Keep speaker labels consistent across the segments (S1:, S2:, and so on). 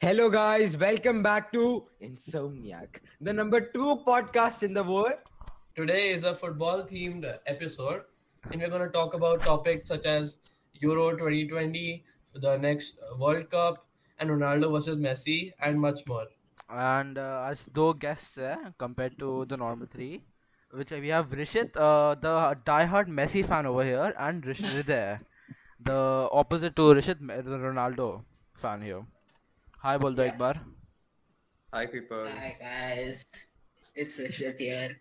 S1: Hello, guys. Welcome back to Insomniac, the number two podcast in the world.
S2: Today is a football themed episode, and we're going to talk about topics such as Euro 2020, the next World Cup, and Ronaldo versus Messi, and much more.
S3: And uh, as दो guests हैं compared to the normal three, which we have Rishit, uh, the diehard Messi fan over here, and Rish Riday, the opposite to Rishit, the Ronaldo fan here. Hi, बोल दो एक बार.
S4: Hi, people.
S5: Hi guys, it's Rishit here.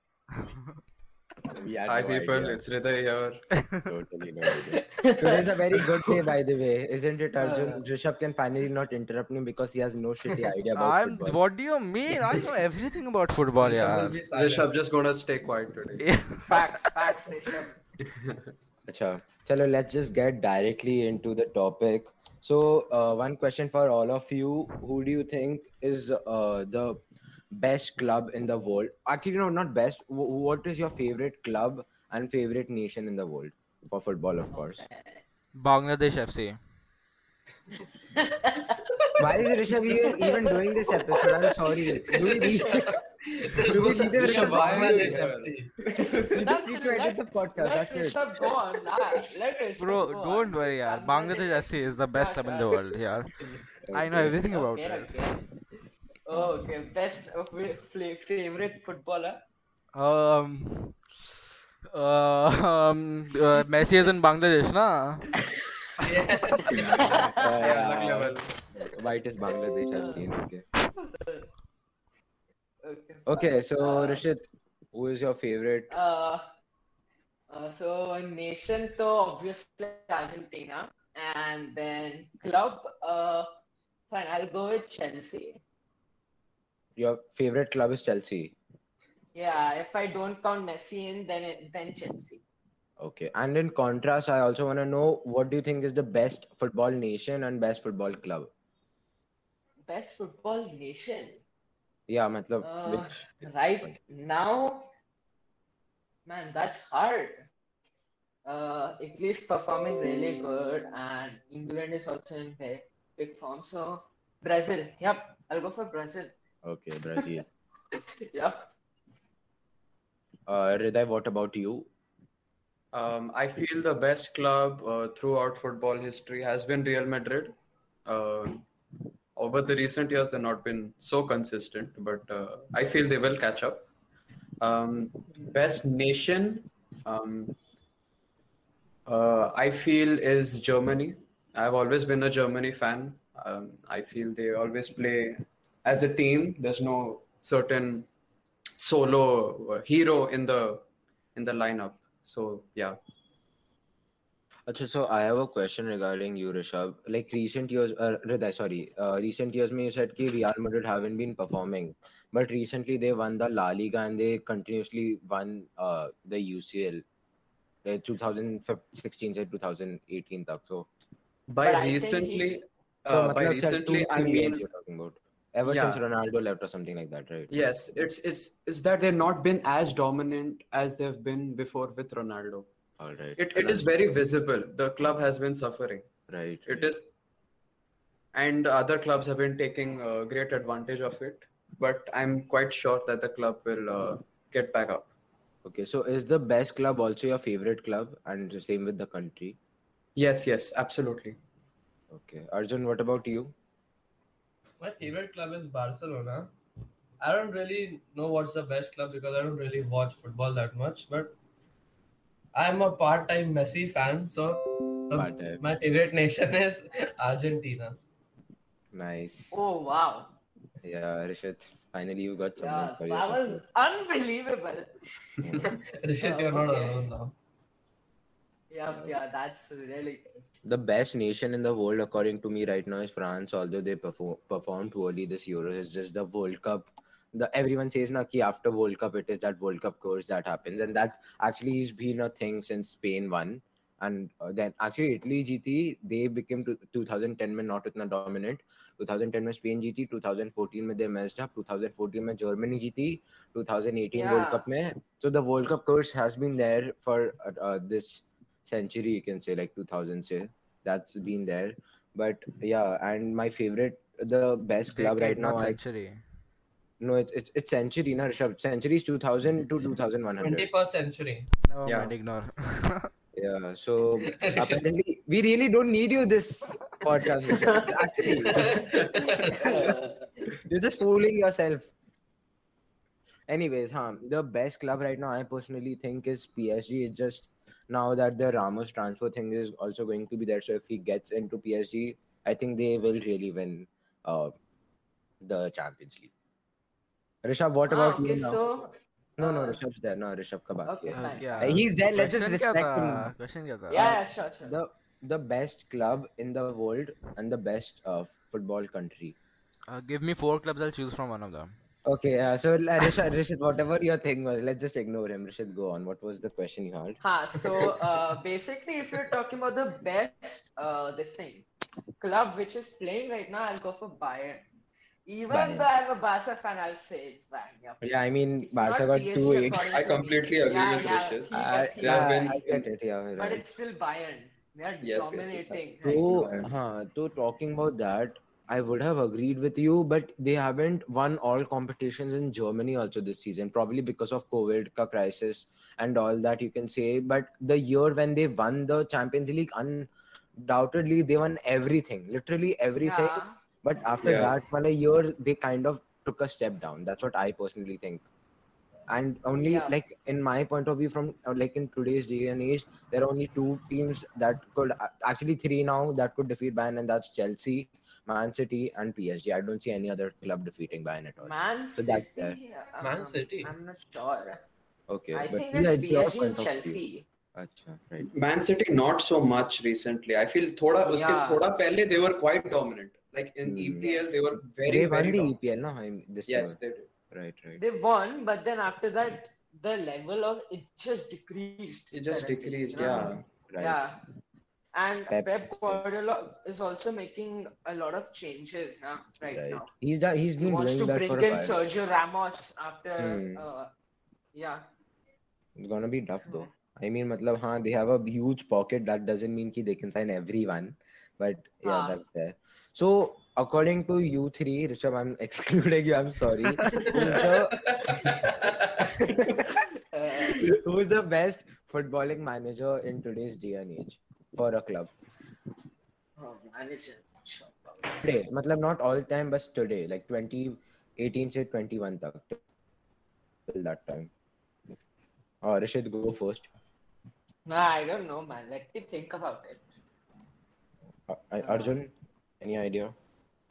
S4: We Hi, people. It's Riday here.
S6: Totally no idea.
S1: Today's a very good day, by the way, isn't it, Arjun? Rishabh can finally not interrupt me because he has no shitty idea about
S3: I'm.
S1: football.
S3: What do you mean? I know everything about football,
S2: Someone
S3: yeah.
S2: be silent.
S4: Rishabh just gonna stay quiet
S3: Eh.
S4: today.
S5: Facts, facts, Rishit.
S1: Acha. Chalo, let's just get directly into the topic. So, uh, one question for all of you: Who do you think is uh, the best club in the world? Actually, no, not best. Wh- what is your favorite club and favorite nation in the world for football, of course?
S3: Bangladesh FC.
S1: Why is Rishabh even- even doing this episode? I'm sorry. Do we need, do we need to-
S2: Rishabh,
S4: Why
S2: why
S4: are you
S2: is
S4: here?
S2: FC?
S1: we just need to edit the podcast.
S5: Let
S1: That's it.
S5: Rishab go on, nah. Let Rishab
S3: Bro,
S5: go
S3: don't
S5: on.
S3: worry, yeah. Bangladesh FC is the best club in the world, yeah. I know everything about
S5: Okay,
S3: it.
S5: okay. Oh, okay, best of fa- fa- favorite footballer.
S3: Um, uh, um, uh, Messi is in Bangladesh, na?
S4: Yeah, lucky level.
S1: White is Uh, Bangladesh. I've seen. Okay.
S5: Okay.
S1: Okay. So,
S5: Uh,
S1: Rishit, who is your favorite?
S5: Uh, uh, so nation to obviously Argentina, and then club. Uh, fine, I'll go with Chelsea.
S1: Your favorite club is Chelsea.
S5: Yeah, if I don't count Messi in, then it, then Chelsea.
S1: Okay. And in contrast, I also want to know what do you think is the best football nation and best football club?
S5: Best football nation.
S1: Yeah, matlab,
S5: Uh,
S1: which
S5: Right now, man, that's hard. Uh, Italy's performing really good, and England is also in big, big form. So Brazil, yep, I'll go for Brazil.
S1: Okay, Brazil.
S5: Yep.
S1: Uh, Riday, what about you?
S4: Um, I feel the best club uh, throughout football history has been Real Madrid. Uh, over the recent years, they've not been so consistent, but uh, I feel they will catch up. Um, best nation, um, uh, I feel, is Germany. I've always been a Germany fan. Um, I feel they always play as a team. There's no certain solo hero in the in the lineup. So yeah,
S1: अच्छा so I have a question regarding you Rishabh like recent years uh, Riday sorry uh, recent years में you said कि Real Madrid haven't been performing but recently they won the La Liga and they continuously won uh, the UCL uh, 2016 से 2018 तक so
S4: by
S5: But I think
S4: recently,
S5: he-
S1: so
S4: uh, by
S1: मतलब चल two
S4: recently I
S1: three years
S4: mean
S1: you're talking about ever
S4: Yeah.
S1: since Ronaldo left or something like that right
S4: yes, it's it's it's that they've not been as dominant as they've been before with Ronaldo.
S1: all right
S4: It it is very visible. The club has been suffering.
S1: right
S4: It is, and other clubs have been taking uh, great advantage of it. But I'm quite sure that the club will uh, get back up.
S1: okay so is the best club also your favorite club and the same with the country
S4: Yes, yes, absolutely.
S1: okay Arjun what about you
S2: My favorite club is Barcelona. I don't really know what's the best club because I don't really watch football that much, but I'm a part time Messi fan, so um,
S1: Part-time.
S2: my favorite nation is Argentina.
S1: nice
S5: Oh wow.
S1: Yeah, Rishit, finally you got someone
S5: Yeah,
S1: for
S5: that
S1: yourself.
S5: was unbelievable.
S2: Rishit,
S5: Oh,
S2: you're not
S5: okay.
S2: alone now.
S5: Yeah, yeah, that's really good.
S1: The best nation in the world, according to me right now, is France. Although they perform, performed poorly this Euro, it's just the World Cup. The everyone says na ki after World Cup it is that World Cup curse that happens, and that's actually has been a thing since Spain won, and uh, then actually Italy GT they became to, 2010 में not इतना dominant. 2010 में Spain जीती 2014 में they messed up 2014 में Germany जीती 2018 World
S5: Yeah.
S1: Cup में so the World Cup curse has been there for uh, uh, this century you can say like 2000 say that's been there but yeah and my favorite the best club right
S3: Decade,
S1: now. I,
S3: not century.
S1: no, it's it's it's century, na Rishabh. Century is two thousand to two thousand one hundred.
S2: 21st century.
S3: Never
S4: Yeah.
S3: mind, ignore.
S1: Yeah. So apparently, we really don't need you this podcast. Rishabh. Actually, you're just fooling yourself. Anyways, huh, the best club right now, I personally think, is PSG. It's just now that the Ramos transfer thing is also going to be there. So if he gets into PSG, I think they will really win uh, the Champions League. Rishabh, what
S5: Ah,
S1: about
S5: okay,
S1: you now?
S5: so
S1: no, no,
S5: uh,
S1: Rishabh's there. No, Rishabh ka baat
S5: Okay,
S1: hai.
S5: fine.
S3: yeah.
S1: Uh, He's there. Let's just
S3: Question
S1: respect
S3: क्या था?
S1: him.
S3: Question क्या था?
S5: yeah, yeah, sure, sure.
S1: The the best club in the world and the best uh, football country.
S3: Uh, give me four clubs. I'll choose from one of them.
S1: Okay, uh, so uh, Rishad, Rishad, whatever your thing was, let's just ignore him. Rishad, go on. What was the question you had?
S5: Huh, so uh, basically, if you're talking about the best, uh, this thing, club which is playing right now, I'll go for Bayern. Even
S1: Bayern.
S5: though I'm a Barca fan, I'll say it's Bayern. Yeah.
S1: Yeah, I mean,
S5: It's
S1: Barca
S5: not
S1: got
S5: PSG
S1: two eight.
S5: according
S4: I
S5: to me.
S4: completely agree
S5: Yeah,
S4: with
S5: yeah,
S4: Rishabh.
S5: he
S1: I,
S5: got- he
S4: They have
S5: got-
S1: yeah,
S4: been-
S1: I get it. Yeah,
S5: But
S1: right.
S5: it's still Bayern. They are
S4: yes, yes.
S5: dominating.
S4: Right.
S1: So,
S4: Bayern.
S1: huh, so talking about that, I would have agreed with you, but they haven't won all competitions in Germany also this season, probably because of COVID ka crisis and all that you can say. But the year when they won the Champions League, undoubtedly they won everything, literally everything.
S5: Yeah.
S1: But after
S4: Yeah.
S1: that, for a year, they kind of took a step down. That's what I personally think. And only
S5: Yeah.
S1: like in my point of view, from uh, like in today's day and age, there are only two teams that could uh, actually three now that could defeat Bayern, and that's Chelsea, Man City, and PSG. I don't see any other club defeating Bayern at all.
S5: Man
S1: So that's
S5: City. um,
S2: Man City.
S5: I'm not sure.
S1: okay,
S5: I
S1: but
S5: think
S1: yeah,
S5: it's
S1: it's your
S5: PSG and
S1: point of view.
S5: Chelsea.
S1: Acha, right.
S4: Man City not so much recently. I feel थोड़ा उसके
S5: Yeah.
S4: थोड़ा पहले they were quite dominant. Like in
S1: Hmm.
S4: EPL they were very
S1: they
S4: very
S1: won the
S4: dominant.
S1: EPL, E no? I mean, this
S4: Yes,
S1: year.
S4: they did.
S1: Right, right.
S5: They won, but then after that, the level of it just decreased.
S4: It just
S5: suddenly,
S4: decreased.
S5: you know?
S4: Yeah.
S1: Right.
S5: Yeah. And
S1: Pep
S5: Pep,
S1: is there.
S5: Guardiola is also making a lot of changes now, right,
S1: right.
S5: now.
S1: He's done. He's
S5: He
S1: been
S5: wants to
S1: doing that
S5: bring
S1: for a
S5: in
S1: while.
S5: Sergio Ramos after,
S1: Hmm.
S5: uh, yeah.
S1: It's gonna be tough though. I mean, matlab, haan, they have a huge pocket. That doesn't mean ki they can sign everyone, but yeah,
S5: Ah.
S1: that's there. So according to you three, Rishabh, I'm excluding you. I'm sorry. who's, the,
S5: Uh,
S1: who's the best footballing manager in today's day and age for a club?
S5: oh, manager. Sure.
S1: Today, matlab not all time, but today, like 2018 से 21 तक till that time. Or Rishad, go first.
S5: Nah, I don't know, man. Let me think about it.
S1: Ar- Uh, Arjun, any idea?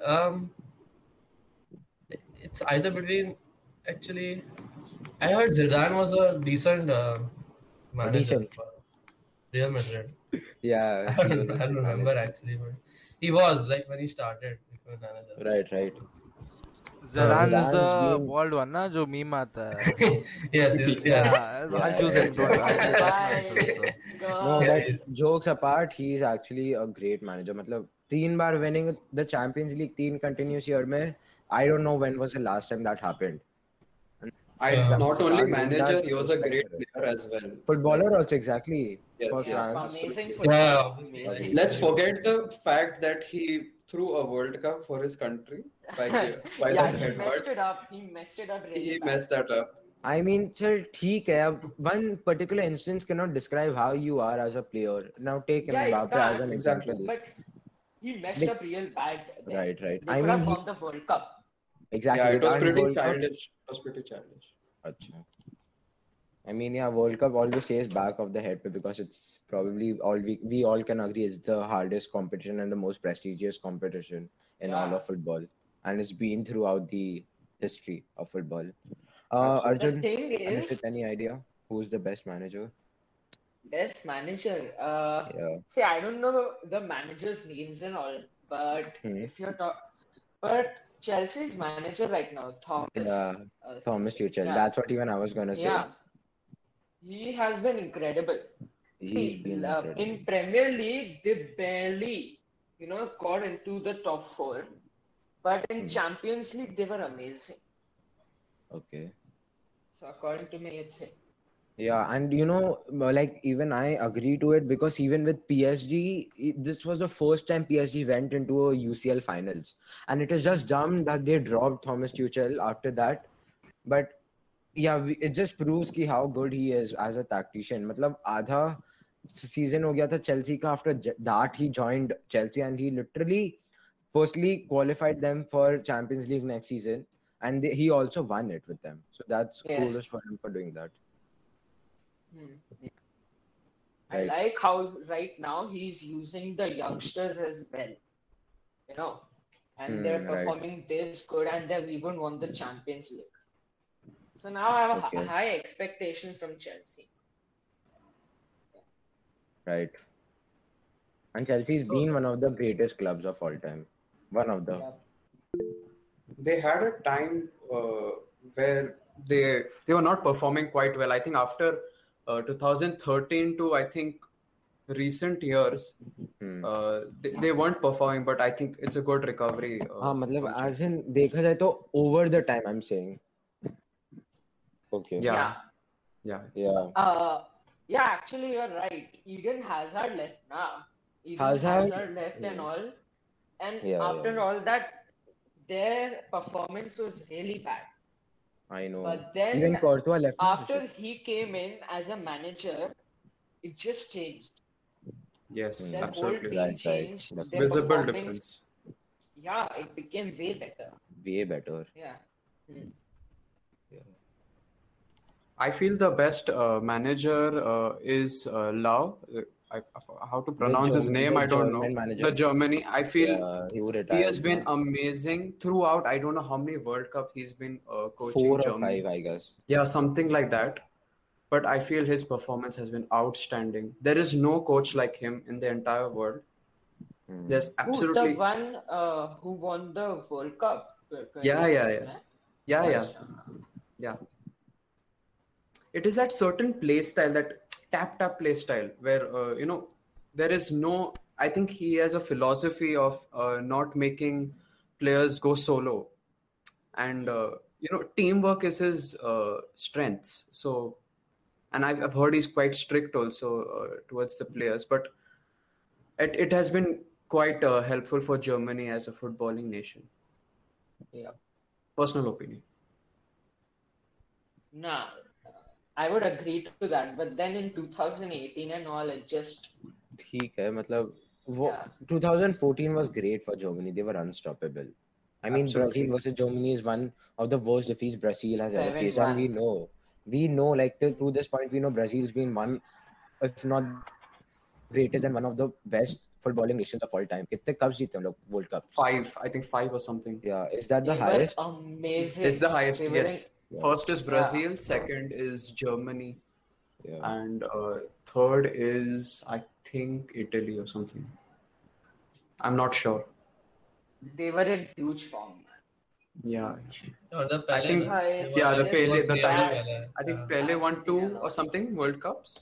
S2: Um, it's either between. Actually, I heard Zidane was a decent uh, manager
S1: Decent.
S2: for Real Madrid.
S1: Yeah,
S2: I
S1: he
S2: don't,
S1: was a
S2: I don't
S1: good manager.
S2: remember actually, but he was like when he started. becoming manager.
S1: Right, right.
S3: Zaran is
S1: Zaran's
S3: the
S1: been-
S3: bald one, na? जो meme आता है.
S2: Yes, he-
S3: Yeah,
S2: yeah.
S3: I'll- I'll choose him. Don't I'll choose my answer. also.
S1: No,
S5: God.
S2: Yeah,
S1: but jokes apart, he is actually a great manager. मतलब तीन बार winning the Champions League तीन continuous year में I don't know when was the last time that happened.
S4: I
S2: Yeah.
S4: not
S1: So
S4: only
S1: that-
S4: manager,
S1: that-
S4: he was a great player as well.
S1: Footballer also exactly.
S4: Yes,
S1: for
S4: yes.
S5: Yes,
S1: France.
S5: amazing
S2: Yeah,
S5: football.
S2: obviously.
S5: Amazing.
S4: Let's forget the fact that he threw a World Cup for his country by, by
S5: yeah,
S4: that
S5: he messed
S4: headbutt.
S5: it up. He messed it up really
S4: He
S5: bad.
S4: messed that up.
S1: I mean, चल ठीक है अब one particular instance cannot describe how you are as a player. Now take
S5: Yeah, it
S1: Mbappe as an
S5: can't.
S1: example.
S5: But he messed
S1: Like-
S5: up real bad. Then.
S1: Right, right.
S5: They
S1: I
S5: could
S1: mean,
S5: have
S1: he-
S5: won the World Cup.
S1: exactly.
S4: yeah, it was
S1: and
S4: pretty
S1: World Cup-
S4: childish. It was pretty childish.
S1: Acha. I mean, yeah, World Cup always stays back of the head because it's probably all we we all can agree is the hardest competition and the most prestigious competition in all
S5: Yeah.
S1: of football, and it's been throughout the history of football. Uh,
S4: Absolutely.
S5: The
S1: Arjun,
S5: thing is,
S1: Anushit, any idea who's the best manager?
S5: best manager. Uh,
S1: Yeah,
S5: see, I don't know the managers' names and all, but
S1: Hmm.
S5: if you're talk, but Chelsea's manager right now, Thomas.
S1: Yeah,
S5: uh,
S1: Thomas Tuchel.
S5: Yeah.
S1: That's what even I was gonna say.
S5: Yeah, he has been incredible.
S1: He's
S5: See,
S1: been
S5: uh,
S1: incredible.
S5: in Premier League, they barely, you know, got into the top four. But in
S1: Hmm.
S5: Champions League, they were amazing.
S1: Okay.
S5: So according to me, it's him.
S1: Yeah, and you know, uh, like even I agree to it because even with PSG, i- this was the first time PSG went into a UCL finals, and it is just dumb that they dropped Thomas Tuchel after that. But yeah, we, it just proves ki how good he is as a tactician. मतलब आधा season हो गया था Chelsea का after J- that he joined Chelsea and he literally firstly qualified them for Champions League next season, and they, he also won it with them. So that's
S5: Yes.
S1: coolest for him for doing that.
S5: Hmm. I
S1: Right.
S5: like how right now he's using the youngsters as well. You know, and they're
S1: Hmm, right.
S5: performing this good and they've even won the Champions League. So now I have
S1: Okay.
S5: h- high expectations from Chelsea.
S1: Right. And Chelsea's
S2: So-
S1: been one of the greatest clubs of all time. One of the.
S5: Yeah.
S4: they had a time uh, where they they were not performing quite well. I think after uh, 2013 to I think recent years,
S1: Hmm.
S4: uh, they, they weren't performing. But I think it's a good recovery. Uh,
S1: हाँ मतलब
S4: from
S1: as in देखा जाए तो over the time I'm saying. Okay.
S4: Yeah.
S5: yeah.
S4: yeah,
S1: Yeah.
S5: Uh, yeah, actually, you're right. Eden Hazard left now. Eden
S1: Hazard?
S5: left and
S1: Yeah.
S5: all. And
S1: Yeah,
S5: after
S1: yeah.
S5: all that, their performance was really bad.
S1: I know.
S5: But then
S1: Even Courtois left. no
S5: after
S1: Rishit?
S5: he came in as a manager, it just changed.
S4: yes,
S1: Hmm.
S5: Their
S1: That
S5: whole
S4: absolutely.
S5: team
S1: Right, right.
S5: changed.
S1: That's
S5: Their
S4: Visible
S5: performance,
S4: difference.
S5: Yeah, it became way better.
S1: Way better.
S5: Yeah. Hmm.
S4: I feel the best uh, manager uh, is uh, Lau. Uh, I, I- how to pronounce his
S1: German-
S4: name?
S1: the
S4: I don't know.
S1: German manager.
S4: The Germany. I feel
S1: Yeah, he would retire.
S4: he has been amazing throughout. I don't know how many World Cup he's been uh, coaching
S1: four or
S4: Germany.
S1: five, I guess.
S4: Yeah, something like that. But I feel his performance has been outstanding. There is no coach like him in the entire world.
S1: Hmm.
S4: There's
S5: Who's
S4: absolutely
S5: the one uh, who won the World Cup?
S4: Yeah, yeah, yeah. yeah, yeah, yeah. It is that certain play style, that tap tap play style, where uh, you know there is no. I think he has a philosophy of uh, not making players go solo, and uh, you know teamwork is his uh, strength. So, and I've, I've heard he's quite strict also uh, towards the players, but it it has been quite uh, helpful for Germany as a footballing nation.
S5: Yeah.
S4: Personal opinion.
S5: Nah, I would agree to that. But then in 2018 and all, it just
S1: ठीक है मतलब वो
S5: Yeah.
S1: 2014 was great for Germany. They were unstoppable. I mean,
S4: Absolutely.
S1: Brazil versus Germany is one of the worst defeats Brazil has ever faced, and
S5: 7-1.
S1: we know, we know, like till to this point, we know Brazil's been one, if not greatest and one of the best footballing nations of all time. कितने cups जीते हैं लोग World Cup?
S4: Five, I think five or something.
S1: Yeah, is that the
S5: they were
S1: highest?
S5: amazing.
S4: It's the highest,
S5: They were
S4: yes.
S1: Yeah.
S4: First is Brazil, second is Germany,
S1: Yeah.
S4: and uh, third is, I think, Italy or something. I'm not sure.
S5: in- They were in huge form.
S4: Yeah.
S2: No, the
S4: I
S2: Pele,
S4: think-
S2: man.
S5: Yeah,
S2: It was
S4: the
S2: just
S4: Pele- the
S2: crazy
S4: time-
S2: Pele.
S4: I think
S2: Yeah.
S4: Pele won
S5: something
S4: two
S5: else.
S4: or something World Cups.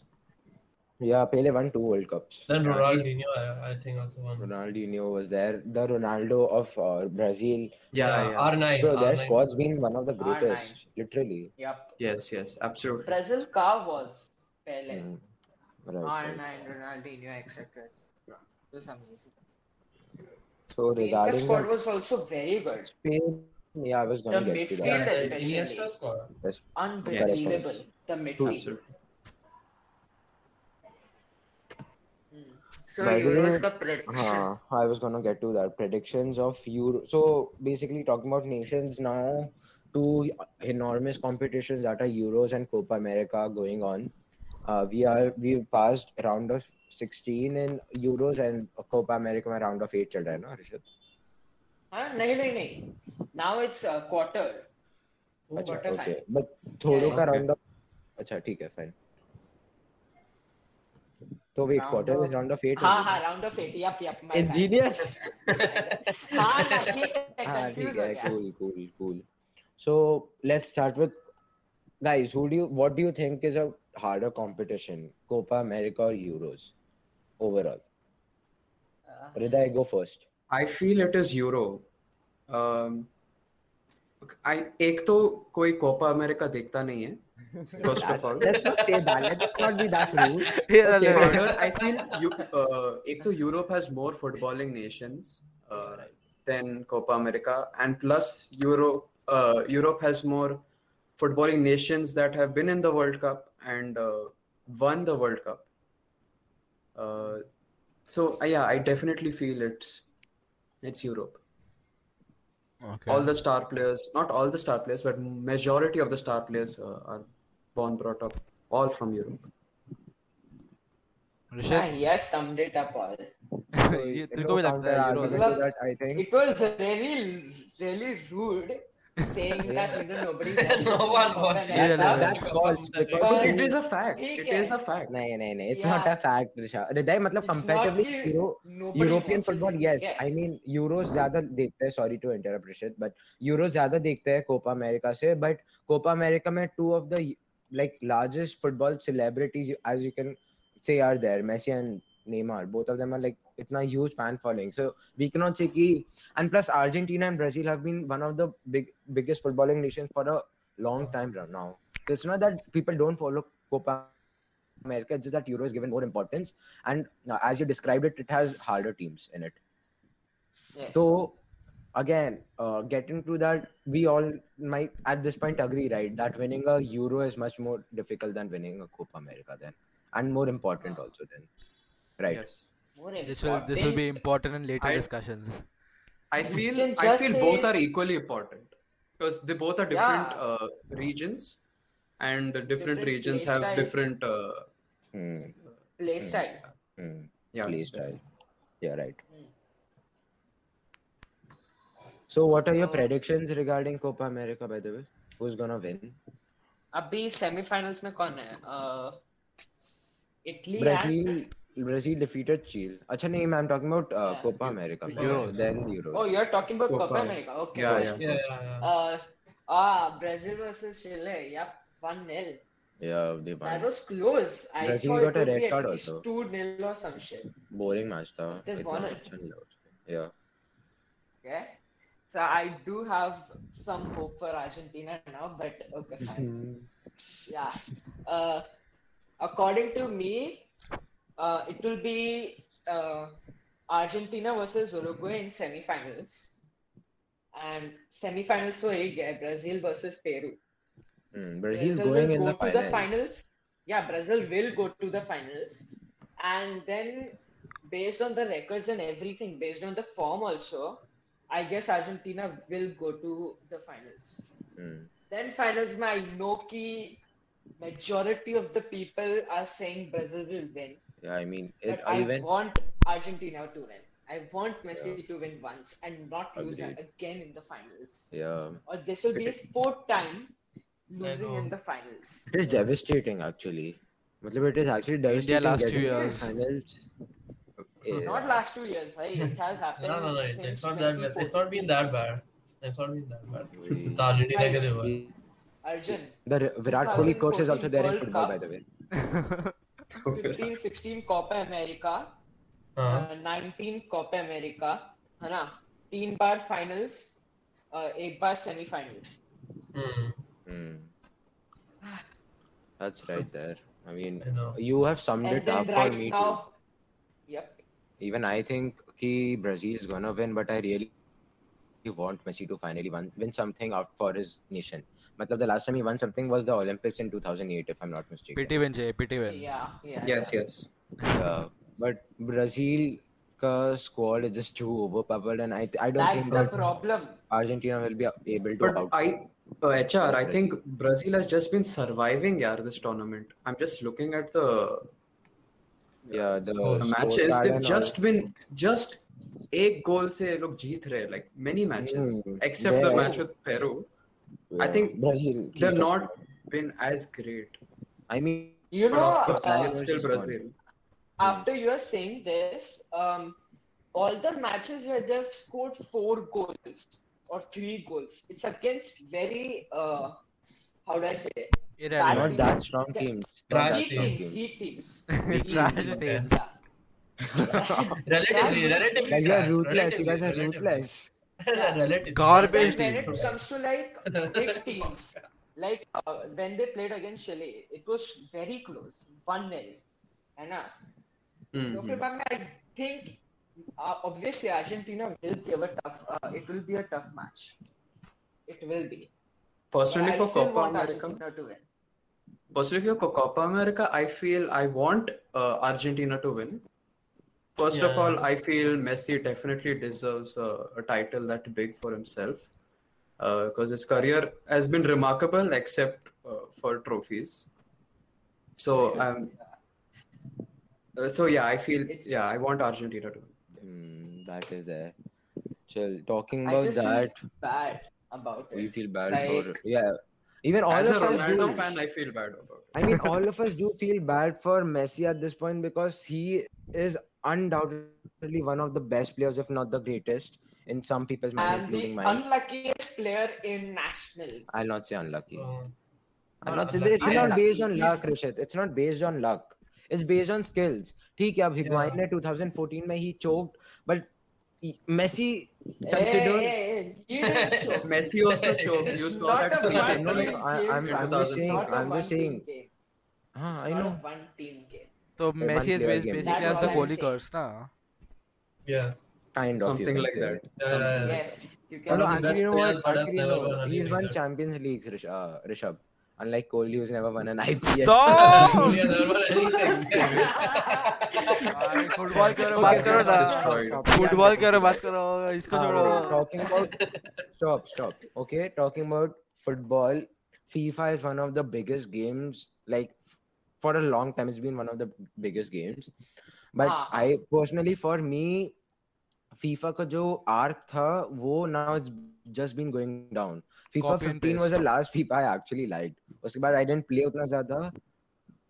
S1: Yeah, Pele won two World Cups.
S2: Then Ronaldinho, I, I think, also won.
S1: Ronaldinho was there. The Ronaldo of uh, Brazil.
S4: Yeah, yeah.
S2: R9.
S1: Bro, their
S2: R9.
S1: squad's been one of the
S5: R9.
S1: greatest, literally.
S5: Yep.
S4: Yes, yes, absolutely.
S5: Brazil car was Pele,
S1: Mm. Right, right.
S5: R9, Ronaldinho, etc. It was amazing.
S1: So
S5: The
S1: regarding
S5: squad
S1: that
S5: was also very good.
S1: Spain, yeah, I was gonna
S5: The
S1: get to
S2: Yeah,
S5: midfield-
S1: that.
S2: the
S5: especially.
S2: Iniesta squad.
S1: Yes.
S5: Unbelievable.
S1: Yes.
S5: The midfield.
S4: Absolutely.
S5: Hmm. So
S1: By the way,
S5: Euros Cup prediction.
S1: Huh, Uh-huh. I was gonna get to that. Predictions of Euro. So basically, talking about nations now, two enormous competitions that are Euros and Copa America going on. Uh, we are we passed round of 16 in Euros and Copa America में round of 8 चल रहा है ना ऋषभ
S5: हाँ, नहीं नहीं नहीं now it's quarter
S1: अच्छा
S5: क्वार्टर
S1: ओके बट थोड़ो
S5: Yeah,
S1: का
S4: okay.
S1: राउंड ऑफ अच्छा ठीक है फाइन तो wait
S5: Round
S1: quarter
S5: of-
S1: is round off 8
S5: हाँ हाँ round off eight yup yup my
S1: ingenious
S5: हाँ नहीं
S1: हाँ ठीक
S5: कंफ्यूज हो
S1: है
S5: गया
S1: cool cool cool so let's start with guys who do you what do you think is a harder competition Copa America or Euros overall
S5: Uh,
S1: Riday go first
S4: I feel it is Euro. Um, I, एक तो कोई Copa America देखता नहीं है first of all
S1: Let's not say that. Let's not be that rude.
S3: Here,
S1: Okay,
S3: I'll-
S1: right.
S4: Further, I feel you, uh, एक तो Europe has more footballing nations uh, then Copa America and plus Europe Europe has more footballing nations that have been in the World Cup and won the World Cup so ya I definitely feel it's it's Europe
S3: Okay.
S4: all the star players not all the star players but majority of the star players uh, are born brought up all from europe
S5: Yeah,
S3: Rishit,
S5: he has Uh, ah, summed it up all.
S3: ये तेरे को भी लगता है
S5: argument
S3: Euro
S5: is-
S1: So that I think
S5: It was really, really rude saying that you know nobody. watches
S2: No one
S5: football
S2: watches.
S5: and
S3: Yeah,
S5: that-
S3: yeah,
S5: that-
S1: that's false because
S5: But
S4: it is a fact
S5: ठीक
S4: it
S5: है।
S4: is a fact
S1: नहीं नहीं नहीं it's
S5: Yeah.
S1: not a fact Risha हृदय मतलब
S5: It's not
S1: comparatively
S5: कि
S1: you know
S5: nobody
S1: European
S5: watches
S1: football
S5: it.
S1: Yes
S5: Yeah.
S1: I mean Euros ज्यादा देखते हैं sorry to interrupt Rishit but Euros ज्यादा देखते हैं कोपा अमेरिका से बट कोपा अमेरिका में two of the like largest football celebrities as you can say are there Messi and Neymar both of them are like इतना huge fan following so we can not say कि and plus Argentina and Brazil have been one of the big biggest footballing nation for a long time now so it's not that people don't follow Copa America, it's just that Euro is given more importance. And uh, as you described it, it has harder teams in it.
S5: Yes.
S1: So again, uh, getting to that, we all might at this point agree, right, that winning a Euro is much more difficult than winning a Copa America then, and more important also then, right?
S4: yes
S5: More
S3: this will this will be
S5: important.
S3: important in later
S4: I-
S3: discussions.
S4: i
S5: You
S4: feel
S5: can
S4: i
S5: just
S4: feel
S5: say
S4: both are
S5: it's-
S4: equally important because they both are different
S5: Yeah.
S4: uh, regions and the different,
S5: Different
S4: regions
S5: play
S4: have
S5: style.
S4: different uh,
S1: Hmm,
S5: play
S1: Hmm.
S5: style.
S1: hmm,
S4: yeah
S1: Play style. Yeah, right.
S5: Hmm.
S1: So, what are your
S5: So-
S1: predictions regarding Copa America, by the way? Who's gonna win?
S5: अभी semifinals में कौन है uh, Italy
S1: Brazil. Brazil defeated Chile. Acha, nahi, I'm talking about uh,
S5: Yeah. Oh,
S1: Copa America.
S3: Euros.
S1: Then Euros.
S5: Oh you are talking about
S4: Copa.
S5: Copa America okay
S3: तो
S4: Yeah, yeah.
S2: Yeah, yeah,
S5: Uh,
S2: yeah.
S5: ah Brazil versus Chile yep 1-0
S1: Yeah, they won.
S5: that was close I
S1: Brazil
S5: thought
S1: got
S5: it
S1: a
S5: would
S1: red
S5: be at
S1: card
S5: least
S1: also.
S5: 2-0 or some shit
S1: boring match tha.
S5: They
S1: इतना
S5: won it.
S1: अच्छा नहीं लगा उसको। Yeah.
S5: okay so I do have some hope for Argentina now but okay fine
S3: Hmm.
S5: Yeah. Uh, according to me, uh, it will be uh, Argentina versus Uruguay in semifinals. And semifinals will yeah, Brazil versus Peru.
S1: Hmm, Brazil
S5: Brazil
S1: going
S5: will
S1: in
S5: go
S1: the
S5: to
S1: final.
S5: the finals. Yeah, Brazil will go to the finals. And then, based on the records and everything, based on the form also, I guess Argentina will go to the finals.
S1: Hmm.
S5: Then finals में I know कि majority of the people are saying Brazil will win.
S1: Yeah, I mean, it,
S5: But I
S1: even
S5: want Argentina to win. I want Messi to win once and not lose
S1: Agreed.
S5: again in the finals.
S1: yeah,
S5: Or this will be his fourth time losing
S2: know.
S5: in the finals.
S1: it is devastating actually. मतलब it is actually devastating.
S3: last two
S1: getting to the
S3: years.
S1: Finals. Yeah.
S5: Not last two years, right? It has happened.
S2: No, no, no. It,
S5: since
S2: it's not that bad. It's not
S5: 2014.
S2: been that bad. It's not been that bad.
S1: We-
S2: It's already
S5: Right.
S2: negative. one.
S5: Arjun,
S1: The Virat Kohli course is also there in
S5: 2014
S1: football, by the
S5: World
S1: way.
S5: 15, 16 Copa America, uh,
S2: हाँ,
S5: nineteen Copa America है ना तीन बार finals एक बार semifinals
S2: hmm,
S1: Hmm.
S5: Ah.
S1: That's right there. I mean,
S2: I know.
S1: you have summed
S5: and
S1: it up
S5: then
S1: for
S5: right
S1: me too.
S5: Now yup
S1: even I think ki Brazil is gonna win, but I really want Messi to finally win, win something out for his nation. Matlab, the last time he won something was the Olympics in 2008, if I'm not mistaken.
S3: pity win, Jay. Pity win.
S5: Yeah
S4: yes yes
S1: Yeah. Uh, But Brazil ka squad is just too overpowered, and I I don't
S5: that's
S1: think
S5: the
S1: that
S5: problem
S1: Argentina will be able to
S4: But
S1: out.
S4: I, uh, HR, I
S1: Brazil.
S4: think Brazil has just been surviving, yeah, this tournament. I'm just looking at the,
S1: yeah, the,
S4: the
S1: scorecard
S4: matches.
S1: and
S4: They've
S1: all.
S4: just been just एक goal से लोग जीत रहे like many matches
S1: Hmm,
S4: except the
S1: yeah.
S4: match with Peru I think
S1: Brazil. ki
S4: they've
S1: squad-
S4: not been as great
S1: I mean,
S5: you
S4: but
S5: no
S4: of course
S1: uh,
S4: it's still Brazil
S5: after you are saying this, um, all the matches where they've scored four goals or three goals, it's against very uh, how do I say it?
S1: not
S3: Irrelevant.
S1: that strong teams. Not
S2: Trash
S1: that
S5: Weak
S1: strong
S5: teams,
S1: teams.
S5: weak teams.
S3: Trash teams.
S5: Yeah.
S2: Relatively, relatively.
S1: Guys, you are ruthless.
S2: trash,
S1: You
S2: relatively,
S1: guys are
S2: relatively. Oh,
S1: ruthless.
S2: Relative.
S3: Garbage
S5: when it
S3: teams.
S5: comes to like big teams, like uh, when they played against Chile, it was very close, one 0 है ना?
S1: Mm-hmm.
S5: So
S4: Mhm.
S5: फिर बाद में I think uh, obviously Argentina will give a tough. Uh, it will be a tough match. It will be. But
S4: Personally,
S5: I
S4: for
S5: still
S4: Copa
S5: want
S4: America,
S5: Argentina to win.
S4: personally for Copa America, I feel I want uh, Argentina to win. First of
S2: Yeah.
S4: all, I feel Messi definitely deserves a, a title that big for himself because his career has been remarkable except uh, for trophies. So um, uh, so yeah, I feel
S5: It's-
S4: yeah, I want Argentina to win.
S1: Mm, that is there. Chill. Talking
S5: I
S1: about
S5: just
S1: that,
S5: feel bad about
S1: we
S5: it.
S1: feel bad for
S5: Like-
S1: yeah. Even all
S4: As a
S1: of us do.
S4: Ronaldo fan, I feel bad about it.
S1: I mean, all of us do feel bad for Messi at this point because he is undoubtedly one of the best players, if not the greatest, in some people's mind,
S5: And the
S1: including mine.
S5: unluckiest player in nationals.
S1: I'll not say unlucky.
S2: Oh.
S1: I'm
S2: Not
S1: not saying it's
S2: unlucky.
S1: not based on
S5: Unlucky.
S1: luck, Rishit. It's not based on luck. It's based on skills. ठीक है अब हिग्वाइन
S2: Yeah.
S1: ने 2014 में ही choked, but Messi
S5: Hey,
S1: consider.
S5: hey, hey, you didn't show.
S4: Messi also choked. You
S5: It's
S4: saw
S5: not
S4: that
S5: a
S4: free
S1: one-
S4: kick,
S1: No, no,
S4: right?
S1: no, I- I'm-
S4: I'm just saying,
S1: I'm just saying.
S5: Game.
S1: हाँ,
S5: It's
S1: I
S5: not
S1: know.
S5: a one team game.
S3: So
S1: one
S3: Messi is
S1: player
S3: bas-
S1: game.
S3: basically
S5: That's
S3: as the
S5: all I'm
S3: goalie
S5: saying.
S3: curse, na?
S2: Yes.
S1: Kind of. you
S4: Something
S1: can
S4: like
S1: say.
S4: that.
S2: Yeah,
S4: Something
S2: yeah,
S4: like
S2: yeah.
S4: that.
S5: Yes, you
S1: No,
S5: can.
S1: Uh, Oh, no,
S2: One of the
S1: actually,
S2: best
S1: you know what?
S2: players, but has
S1: Actually,
S2: never
S1: no.
S2: won a
S1: He's
S2: league
S1: won
S2: either.
S1: Champions League, Rish- uh, Rishabh. Unlike Kohli, who's never won an IPL.
S2: Oh!
S3: Stop!
S2: Julia never won anything.
S3: भाई, football के
S1: Okay,
S3: बारे में बात करो
S1: stop,
S3: ना
S1: stop, stop.
S3: Football के
S1: Yeah,
S3: बारे में बात करो इसको
S1: Uh,
S3: छोड़ो
S1: talking about stop stop okay talking about football fifa is one of the biggest games like for a long time it's been one of the biggest games but
S5: हाँ, हाँ.
S1: i personally for me fifa का जो arc था वो now it's just been going down fifa
S3: Copy and
S1: 15 was the
S3: paste.
S1: last fifa i actually liked उसके बाद i didn't play उतना ज्यादा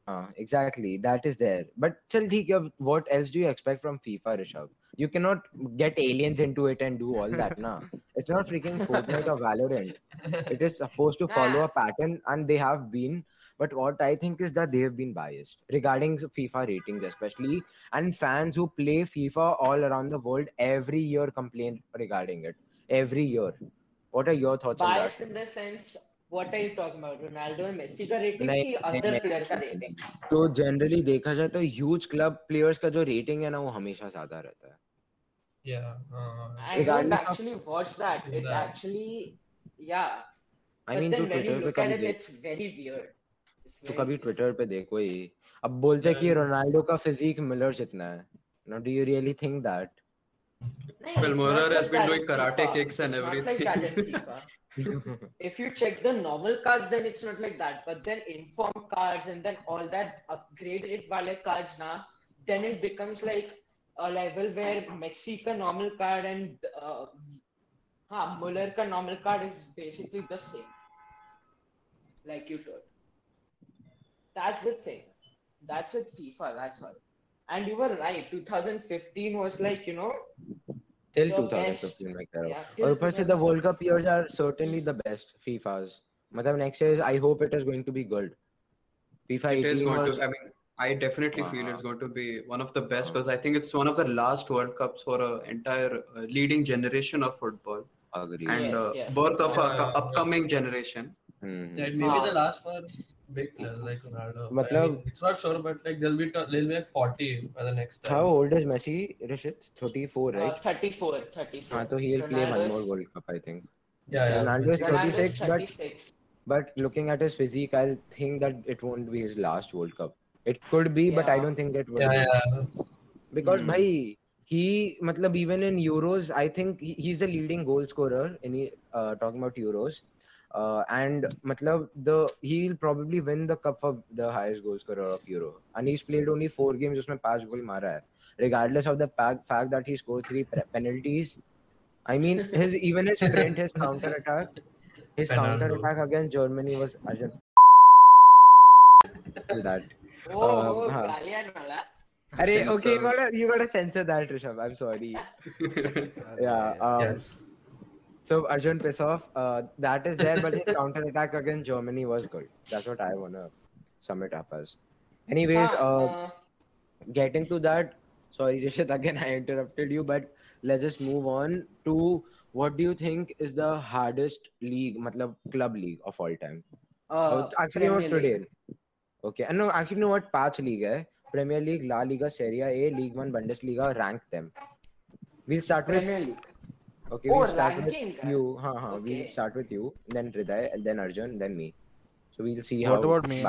S1: हाँ exactly that is there but चल ठीक है अब what else do you expect from fifa Rishabh you cannot get aliens into it and do all that na it's not freaking fortnite or valorant it is supposed to follow a pattern and they have been but what i think is that they have been biased regarding fifa ratings especially and fans who play fifa all around the world every year complain regarding it every year what are your thoughts on that
S5: Biased in the sense, what are you talking about? Ronaldo and Messi का rating
S1: नहीं, नहीं,
S5: कि other
S1: नहीं.
S5: player का rating?
S1: तो generally देखा जाए तो ह्यूज क्लब प्लेयर्स का जो रेटिंग है ना वो हमेशा ज्यादा रहता है
S2: Yeah. uh,
S5: I don't
S1: Regardless of-
S5: actually watch that.
S2: See
S5: It
S2: that.
S5: actually, yeah.
S1: I
S5: But
S1: mean
S5: then
S1: तू
S5: when
S1: ट्विटर
S5: you
S1: पे
S5: look at
S1: कभी
S5: it,
S1: देख
S5: it's very weird. It's
S1: तो
S5: very
S1: कभी
S5: weird.
S1: ट्विटर पे देखो ये अब बोलते हैं कि
S2: Yeah.
S1: रोनाल्डो का फिजिक मिलर जितना है now do you really think that
S5: No,
S4: Well,
S5: it's
S4: Morar
S5: not
S4: has
S5: like
S4: been
S5: that
S4: doing
S5: in
S4: karate
S5: FIFA.
S4: kicks and
S5: It's not like
S4: everything.
S5: that in FIFA. if you check the normal cards, then it's not like that. But then inform cards and then all that upgraded wale cards now, then it becomes like a level where Messi ka normal card and uh, हाँ, Muller ka normal card is basically the same. Like you told. That's the thing. That's with FIFA. That's all. And you were right. 2015 was like you know
S1: till
S5: The
S1: 2015 मैं कह रहा
S5: Yeah,
S1: हूँ
S5: till
S1: और ऊपर से the World Cup years are certainly the best FIFAs मतलब next year I hope it is going to be good FIFA
S4: It is
S1: 18
S4: going
S1: was
S4: to. I mean, I definitely feel it's
S1: Wow.
S4: going to be one of the best because I think it's one of the last World Cups for an entire uh, leading generation of football
S1: agree
S4: and
S5: Yes,
S4: uh,
S5: yes.
S4: birth of a
S2: Yeah.
S4: cu- upcoming generation.
S1: Hmm,
S2: Yeah,
S1: hmm,
S2: it may be
S5: Wow.
S2: the last for big players like Ronaldo. I
S1: मतलब-
S2: mean, it's not sure, but like they'll be t- they'll be like 40 by the next time.
S1: how old is messi rishit 34
S5: Uh,
S1: right
S5: 34, 34.
S1: हाँ तो he will play one
S5: Uh, Ronaldo's-
S1: more world cup i think
S2: Yeah, yeah.
S1: Ronaldo is
S5: Ronaldo's
S1: 36, but-
S5: 36.
S1: But looking at his physique, I think that it won't be his last World Cup. It could be, but I
S5: Yeah.
S1: don't think it will.
S2: Yeah, yeah.
S1: Because
S4: Hmm.
S1: bhai, he, matlab, even in Euros, I think he, he's the leading goal scorer. In uh, talking about Euros, uh, and matlab, the he'll probably win the cup for the highest goal scorer of Euro. And he's played only four games, उसमें पांच goal मारा है. Regardless of the fact, fact that he scored three pre- penalties, I mean, his even his sprint, his counter attack, his
S2: Penaldo.
S1: counter attack against Germany was Ajahn. that.
S5: Oh, oh,
S1: huh.
S5: Galianola.
S1: अरे
S4: Censor.
S1: okay, you gotta you gotta censor that, Rishabh. I'm sorry. Yeah. Um,
S2: Yes.
S1: So Arjun Pesov, uh, that is there, but his counter attack against Germany was good. That's what I wanna sum it up as. Anyways,
S5: Huh,
S1: uh,
S5: uh,
S1: getting to that. Sorry, Rishit, again I interrupted you, but let's just move on to what do you think is the hardest league, matlab club league of all time? Oh,
S5: Uh,
S1: actually, you know what,
S5: Premier
S1: today.
S5: League.
S1: Okay, and no, actually, you know what? Patch league hai. Premier League, La Liga, Serie A, League One, Bundesliga. Rank them. We'll start with
S5: Premier League.
S1: okay.
S5: Oh,
S1: we'll start
S5: ranking
S1: with
S5: ka.
S1: you. Ha, ha, We'll
S5: Okay.
S1: start with you, then Hriday, and then Arjun, then me. So we'll see
S3: What
S1: how.
S3: about me?
S1: I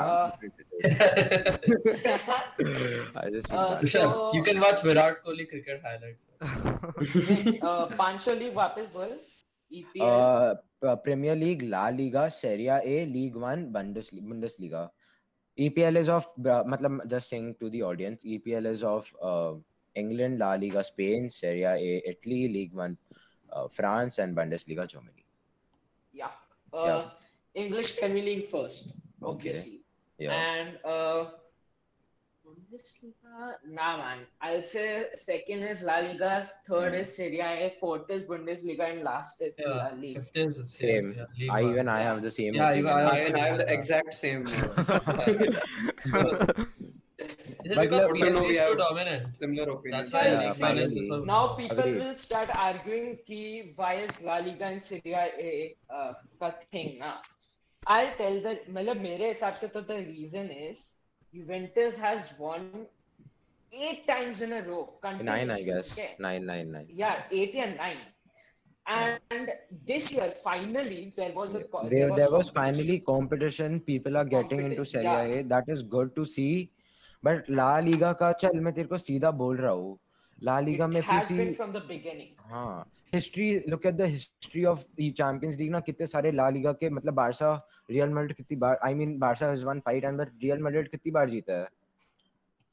S1: just feel
S5: Uh,
S1: bad.
S5: So-
S2: you can watch Virat Kohli cricket highlights.
S5: Uh, 500 league वापस बोल EPL
S1: Uh, P- Premier League, La Liga, Serie A, League One, Bundesliga. Bundesliga. EPL is of, uh, matlab, just saying to the audience, EPL is of uh, England, La Liga, Spain, Serie A, Italy, League One, uh, France, and Bundesliga, Germany.
S5: Yeah Uh,
S1: Yeah.
S5: English Premier League first obviously
S1: Yeah.
S5: And uh, Bundesliga, nah, man. I'll say second is La Liga,
S1: Hmm.
S5: third is Serie A, fourth is Bundesliga, and last is La
S2: Yeah,
S5: Liga.
S2: fifth is the
S1: Same.
S2: yeah, League
S1: I
S2: One.
S1: even I have the same.
S2: Yeah,
S1: opinion.
S2: even I
S4: I,
S2: also
S4: and I have the
S2: remember.
S4: exact same uh,
S2: Is it
S4: But
S2: because
S4: look, you know,
S2: PSG
S4: we
S2: is too
S4: have-
S2: dominant?
S4: similar opinion.
S2: That's why
S5: Yeah,
S2: League One is
S1: finally.
S2: also-
S5: Now people
S1: Agreed.
S5: will start arguing ki why is La Liga and Serie A uh, का thing ना. I'll tell the मतलब मेरे हिसाब से तो the reason is Juventus has won eight times in a row.
S1: Nine, I
S5: continuously,
S1: guess.
S5: okay?
S1: Nine, nine, nine.
S5: Yeah, eight and nine. And this year, finally, there was a co-
S1: There, there was
S5: competition.
S1: finally competition. People are getting into Serie
S5: Competition,
S1: A. That is good to see. But La Liga का चल मैं तेरे को सीधा बोल रहा हूँ. La Liga में
S5: It
S1: if you
S5: has
S1: see
S5: been from the beginning.
S1: हाँ history look at the history of Champions League ना कितने सारे ला लीगा के मतलब बारसा रियल मैड्रिड कितनी बार I mean Barca has won five time but Real Madrid कितनी बार जीता है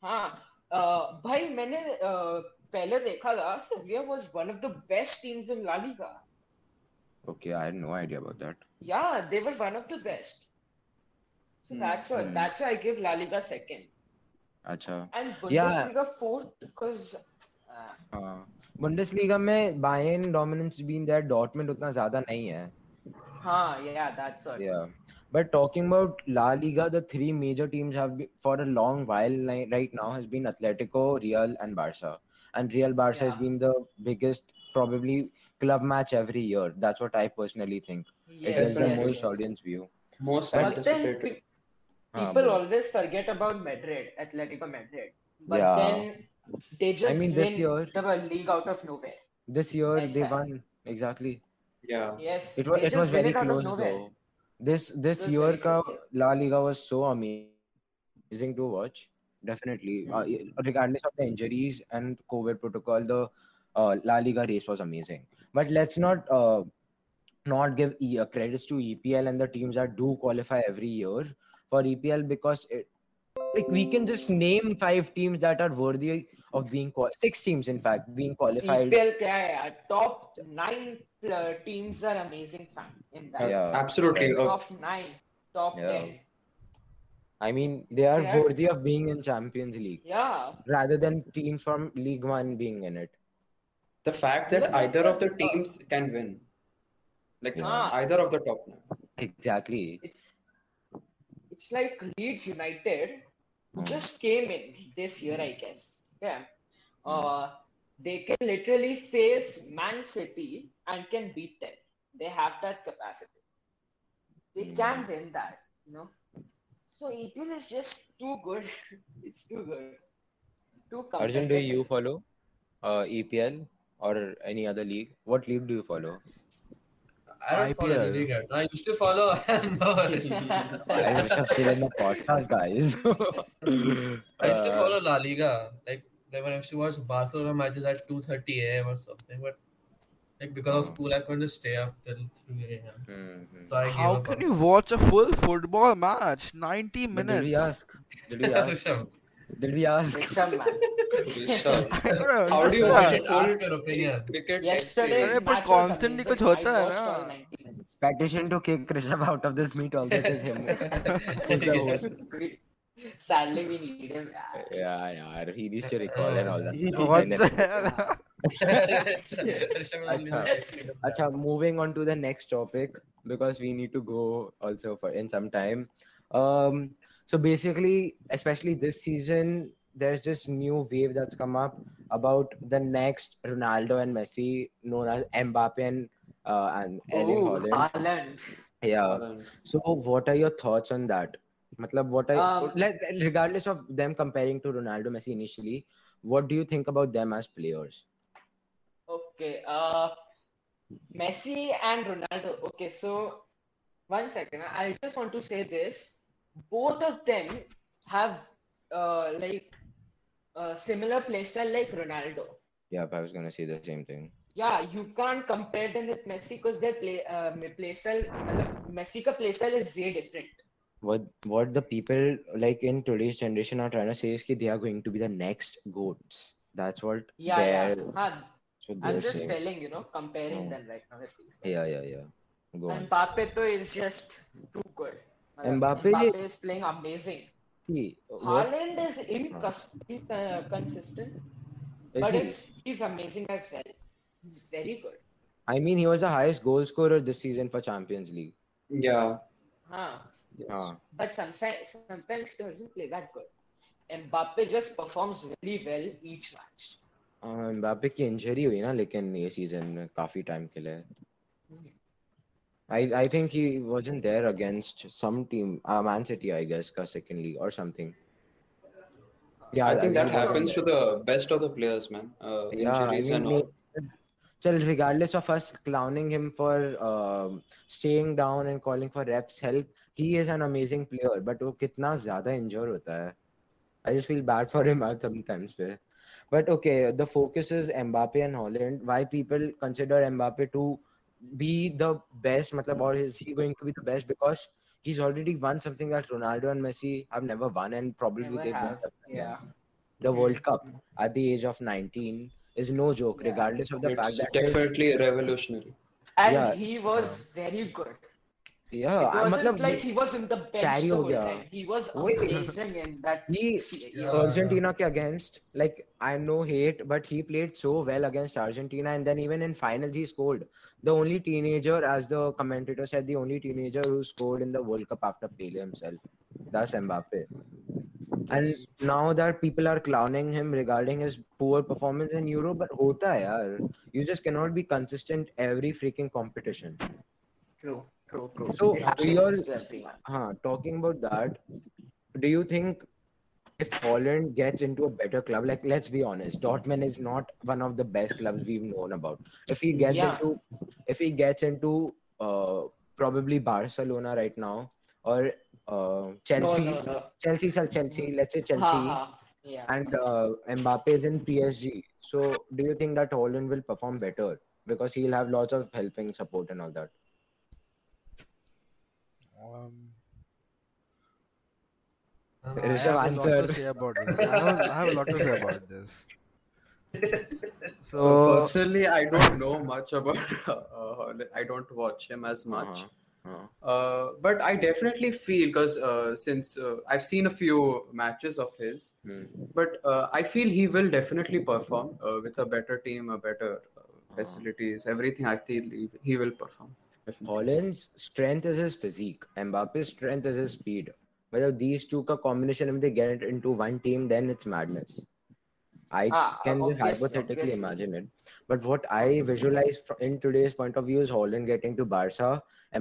S5: हाँ अ, भाई मैंने अ, पहले देखा था Sevilla was one of the best teams in La Liga
S1: okay I have no idea about that
S5: yeah they were one of the best so
S4: Hmm,
S5: that's why
S1: hmm.
S5: That's why I give La Liga second
S1: अच्छा
S5: and
S1: Yeah.
S5: Bundesliga fourth because uh,
S1: हाँ Bundesliga में Bayern dominance been there Dortmund उतना ज्यादा नहीं है
S5: हाँ yeah that's what
S1: Yeah. But talking about La Liga, the three major teams have been, for a long while li- right now has been Atletico, Real, and Barca. And Real Barca has
S5: Yeah.
S1: been the biggest probably club match every year. That's what I personally think. It
S5: yes
S1: has the
S4: Yes,
S5: yes
S1: most audience view. Um,
S4: most
S5: But then
S4: anticipated.
S5: pe-
S1: हाँ,
S5: people
S1: बोलो।
S5: always forget about Madrid, Atletico Madrid. But
S1: Yeah.
S5: then they just
S1: mean,
S5: win
S1: this year-
S5: the league out of nowhere.
S1: This year
S5: Nice
S1: they
S5: try.
S1: won exactly.
S4: Yeah.
S5: Yes,
S1: It was
S5: they
S1: it was
S5: just win
S1: very
S5: it out of
S1: close
S5: nowhere.
S1: though. This this
S5: was
S1: year
S5: very
S1: ka
S5: close,
S1: La Liga was so amazing to watch. Definitely,
S5: Hmm.
S1: uh, regardless of the injuries and COVID protocol, the uh, La Liga race was amazing. But let's not uh, not give e- uh, credits to EPL and the teams that do qualify every year for EPL because it, like we can just name five teams that are worthy of being qual- six teams in fact being qualified.
S5: EPL क्या है यार? Top nine uh, teams are amazing fan in that.
S1: Yeah.
S4: Absolutely. Uh,
S5: Top nine, top
S1: Yeah.
S5: ten.
S1: I mean, they are
S5: Yeah.
S1: worthy of being in Champions League.
S5: Yeah.
S1: rather than teams from League One being in it.
S4: the fact that either of the teams can win. Like
S5: Yeah.
S4: either of the top nine.
S1: Exactly.
S5: It's like Leeds United
S1: Hmm.
S5: who just came in this year, I guess. Yeah.
S1: Hmm.
S5: Uh, they can literally face Man City and can beat them. They have that capacity. They
S1: Hmm.
S5: can win that, you know. So EPL is just too good. it's too good. Too
S1: Arjun, do you
S5: competitive.
S1: follow uh, EPL or any other league? What league do you follow?
S2: I don't follow the
S3: IPL.
S2: league right now. I used to follow. no,
S1: I wish I'm still in the podcast, guys.
S2: I used to
S1: Uh,
S2: follow La Liga. Like, like when I used to watch Barcelona matches at 2:30 a.m. or something, but like because of school, I couldn't stay up till 3 a.m.
S1: mhm.
S2: So I gave
S3: How
S2: up
S3: can
S2: on
S3: you watch a full football match? 90
S1: But Did we
S3: minutes.
S1: ask? Did we
S2: it.
S1: ask?
S2: Rishabh,
S1: Did we ask?
S5: Rishabh, man.
S3: I don't
S4: How do you
S2: I
S4: watch
S2: should
S3: understand.
S4: it?
S2: ask your opinion.
S4: Cricket
S5: Yesterday,
S3: Arre,
S5: match
S4: experience.
S3: but
S5: was
S3: constantly
S5: amazing.
S3: कुछ होता
S5: I
S3: है
S5: watched
S3: ना.
S5: all 90 minutes.
S1: Petition to kick Rishabh out of this meet also. It is him. Who's the host?
S5: We- Sadly, we need him. yeah.
S1: Yeah, yeah. He needs to recall and all that. stuff.
S3: What
S1: And
S3: the
S1: then-
S3: hell?
S2: Rishabh only
S1: Acha.
S2: knows-
S1: Acha, moving on to the next topic because we need to go also for in some time. Um, so basically, especially this season, there's this new wave that's come up about the next Ronaldo and Messi, known as Mbappe and uh, and Erling
S5: Oh,
S1: Holland.
S5: Haaland.
S1: Yeah.
S4: uh,
S1: So what are your thoughts on that? मतलब what I
S5: Um,
S1: like regardless of them comparing to Ronaldo Messi initially, what do you think about them as players?
S5: Okay. Uh, Messi and Ronaldo. Okay, so one second. I just want to say this. Both of them have uh, like uh, similar playstyle like Ronaldo.
S1: Yeah, I was gonna say the same thing.
S5: Yeah, you can't compare them with Messi because their play uh, playstyle, मतलब Messi का playstyle is way different.
S1: What what the people like in today's generation are trying to say is that they are going to be the next goats. That's what
S5: Yeah,
S1: they're,
S5: yeah. Huh.
S1: that's what
S5: I'm
S1: they're
S5: just
S1: saying.
S5: telling, you know, comparing
S1: Mm.
S5: them right now. with these guys.
S1: Yeah, yeah, yeah. Go on.
S5: And Mbappe though is just too good. मतलब
S1: Mbappe-
S5: Mbappe is playing amazing.
S1: See, what
S5: Haaland is incons- inconsistent,
S1: is
S5: but
S1: he?
S5: it's, he's amazing as well. He's very good.
S1: I mean, he was the highest goal scorer this season for Champions League.
S4: Yeah.
S5: Huh.
S1: Ah,
S5: But sometimes, sometimes he doesn't play that good. Mbappe just performs really well each match.
S1: uh, Mbappe की injury हुई ना लेकिन ये season में काफी time के लिए I I think he wasn't there against some team, uh, Man City, I guess, का second league or something. Yeah,
S4: I think that
S1: he wasn't
S4: happens to
S1: there.
S4: the best of the players, man. Uh,
S1: Yeah, I
S4: injuries
S1: mean,
S4: and all.
S1: may- Chal, regardless of us clowning him for um, staying down and calling for reps help, he is an amazing player. But वो कितना ज़्यादा injure होता है. I just feel bad for him at sometimes. पे. But okay, the focus is Mbappe and Holland. Why people consider Mbappe to be the best? मतलब or is he going to be the best because he's already won something that Ronaldo and Messi have never won and probably
S5: Never
S1: they've
S5: have.
S1: won
S5: Yeah.
S1: the World Cup at the age of 19 is no joke,
S5: Yeah.
S1: regardless of the fact
S4: It's
S1: that his-
S4: definitely revolutionary.
S5: And
S1: Yeah.
S5: he was very good.
S1: yeah, I-
S5: it wasn't
S1: मतलब
S5: like he was in the bench
S1: carry
S5: the
S1: हो
S5: whole
S1: गया।
S5: time. He was
S1: वही।
S5: amazing in that.
S1: he
S5: se-
S2: Yeah.
S1: Argentina के against like I know hate, but he played so well against Argentina, and then even in finals he scored. The only teenager, as the commentator said, the only teenager who scored in the World Cup after Pele himself. That's Mbappe. And now that people are clowning him regarding his poor performance in Euro, but hota hai yaar. You just cannot be consistent every freaking competition.
S5: True, true, true.
S1: So,
S5: It happens
S1: do your-
S5: to everyone.
S1: Huh, talking about that, do you think if Holland gets into a better club, like let's be honest, Dortmund is not one of the best clubs we've known about. If he gets
S5: Yeah.
S1: into, if he gets into uh, probably Barcelona right now or uh,
S5: No,
S1: Chelsea,
S5: no, no.
S1: Chelsea, sir, Chelsea, let's say Chelsea,
S5: Ha, ha. Yeah.
S1: and uh, Mbappe is in PSG. So do you think that Holland will perform better because he'll have lots of helping support and all that?
S3: Um,
S2: Uh,
S1: It
S3: I
S1: is
S3: have
S1: your
S3: a lot to
S1: answer.
S3: say about it. I have, I have a lot to say about this.
S4: Uh,
S3: So,
S4: personally, I don't know much about. Uh, Holland. I don't watch him as much.
S1: Uh-huh.
S4: Uh, but I definitely feel because uh, since uh, I've seen a few matches of his,
S1: Hmm.
S4: but uh, I feel he will definitely perform uh, with a better team, a better uh,
S1: Uh-huh.
S4: facilities, everything. I feel he, he will perform. Definitely.
S1: Holland's strength is his physique. Mbappe's strength is his speed. Whether these two ka combination, if they get into one team, then it's madness. I
S5: Ah,
S1: can just
S5: obviously,
S1: hypothetically
S5: obviously.
S1: imagine it. But what I visualize fro- in today's point of view is Holland getting to Barca,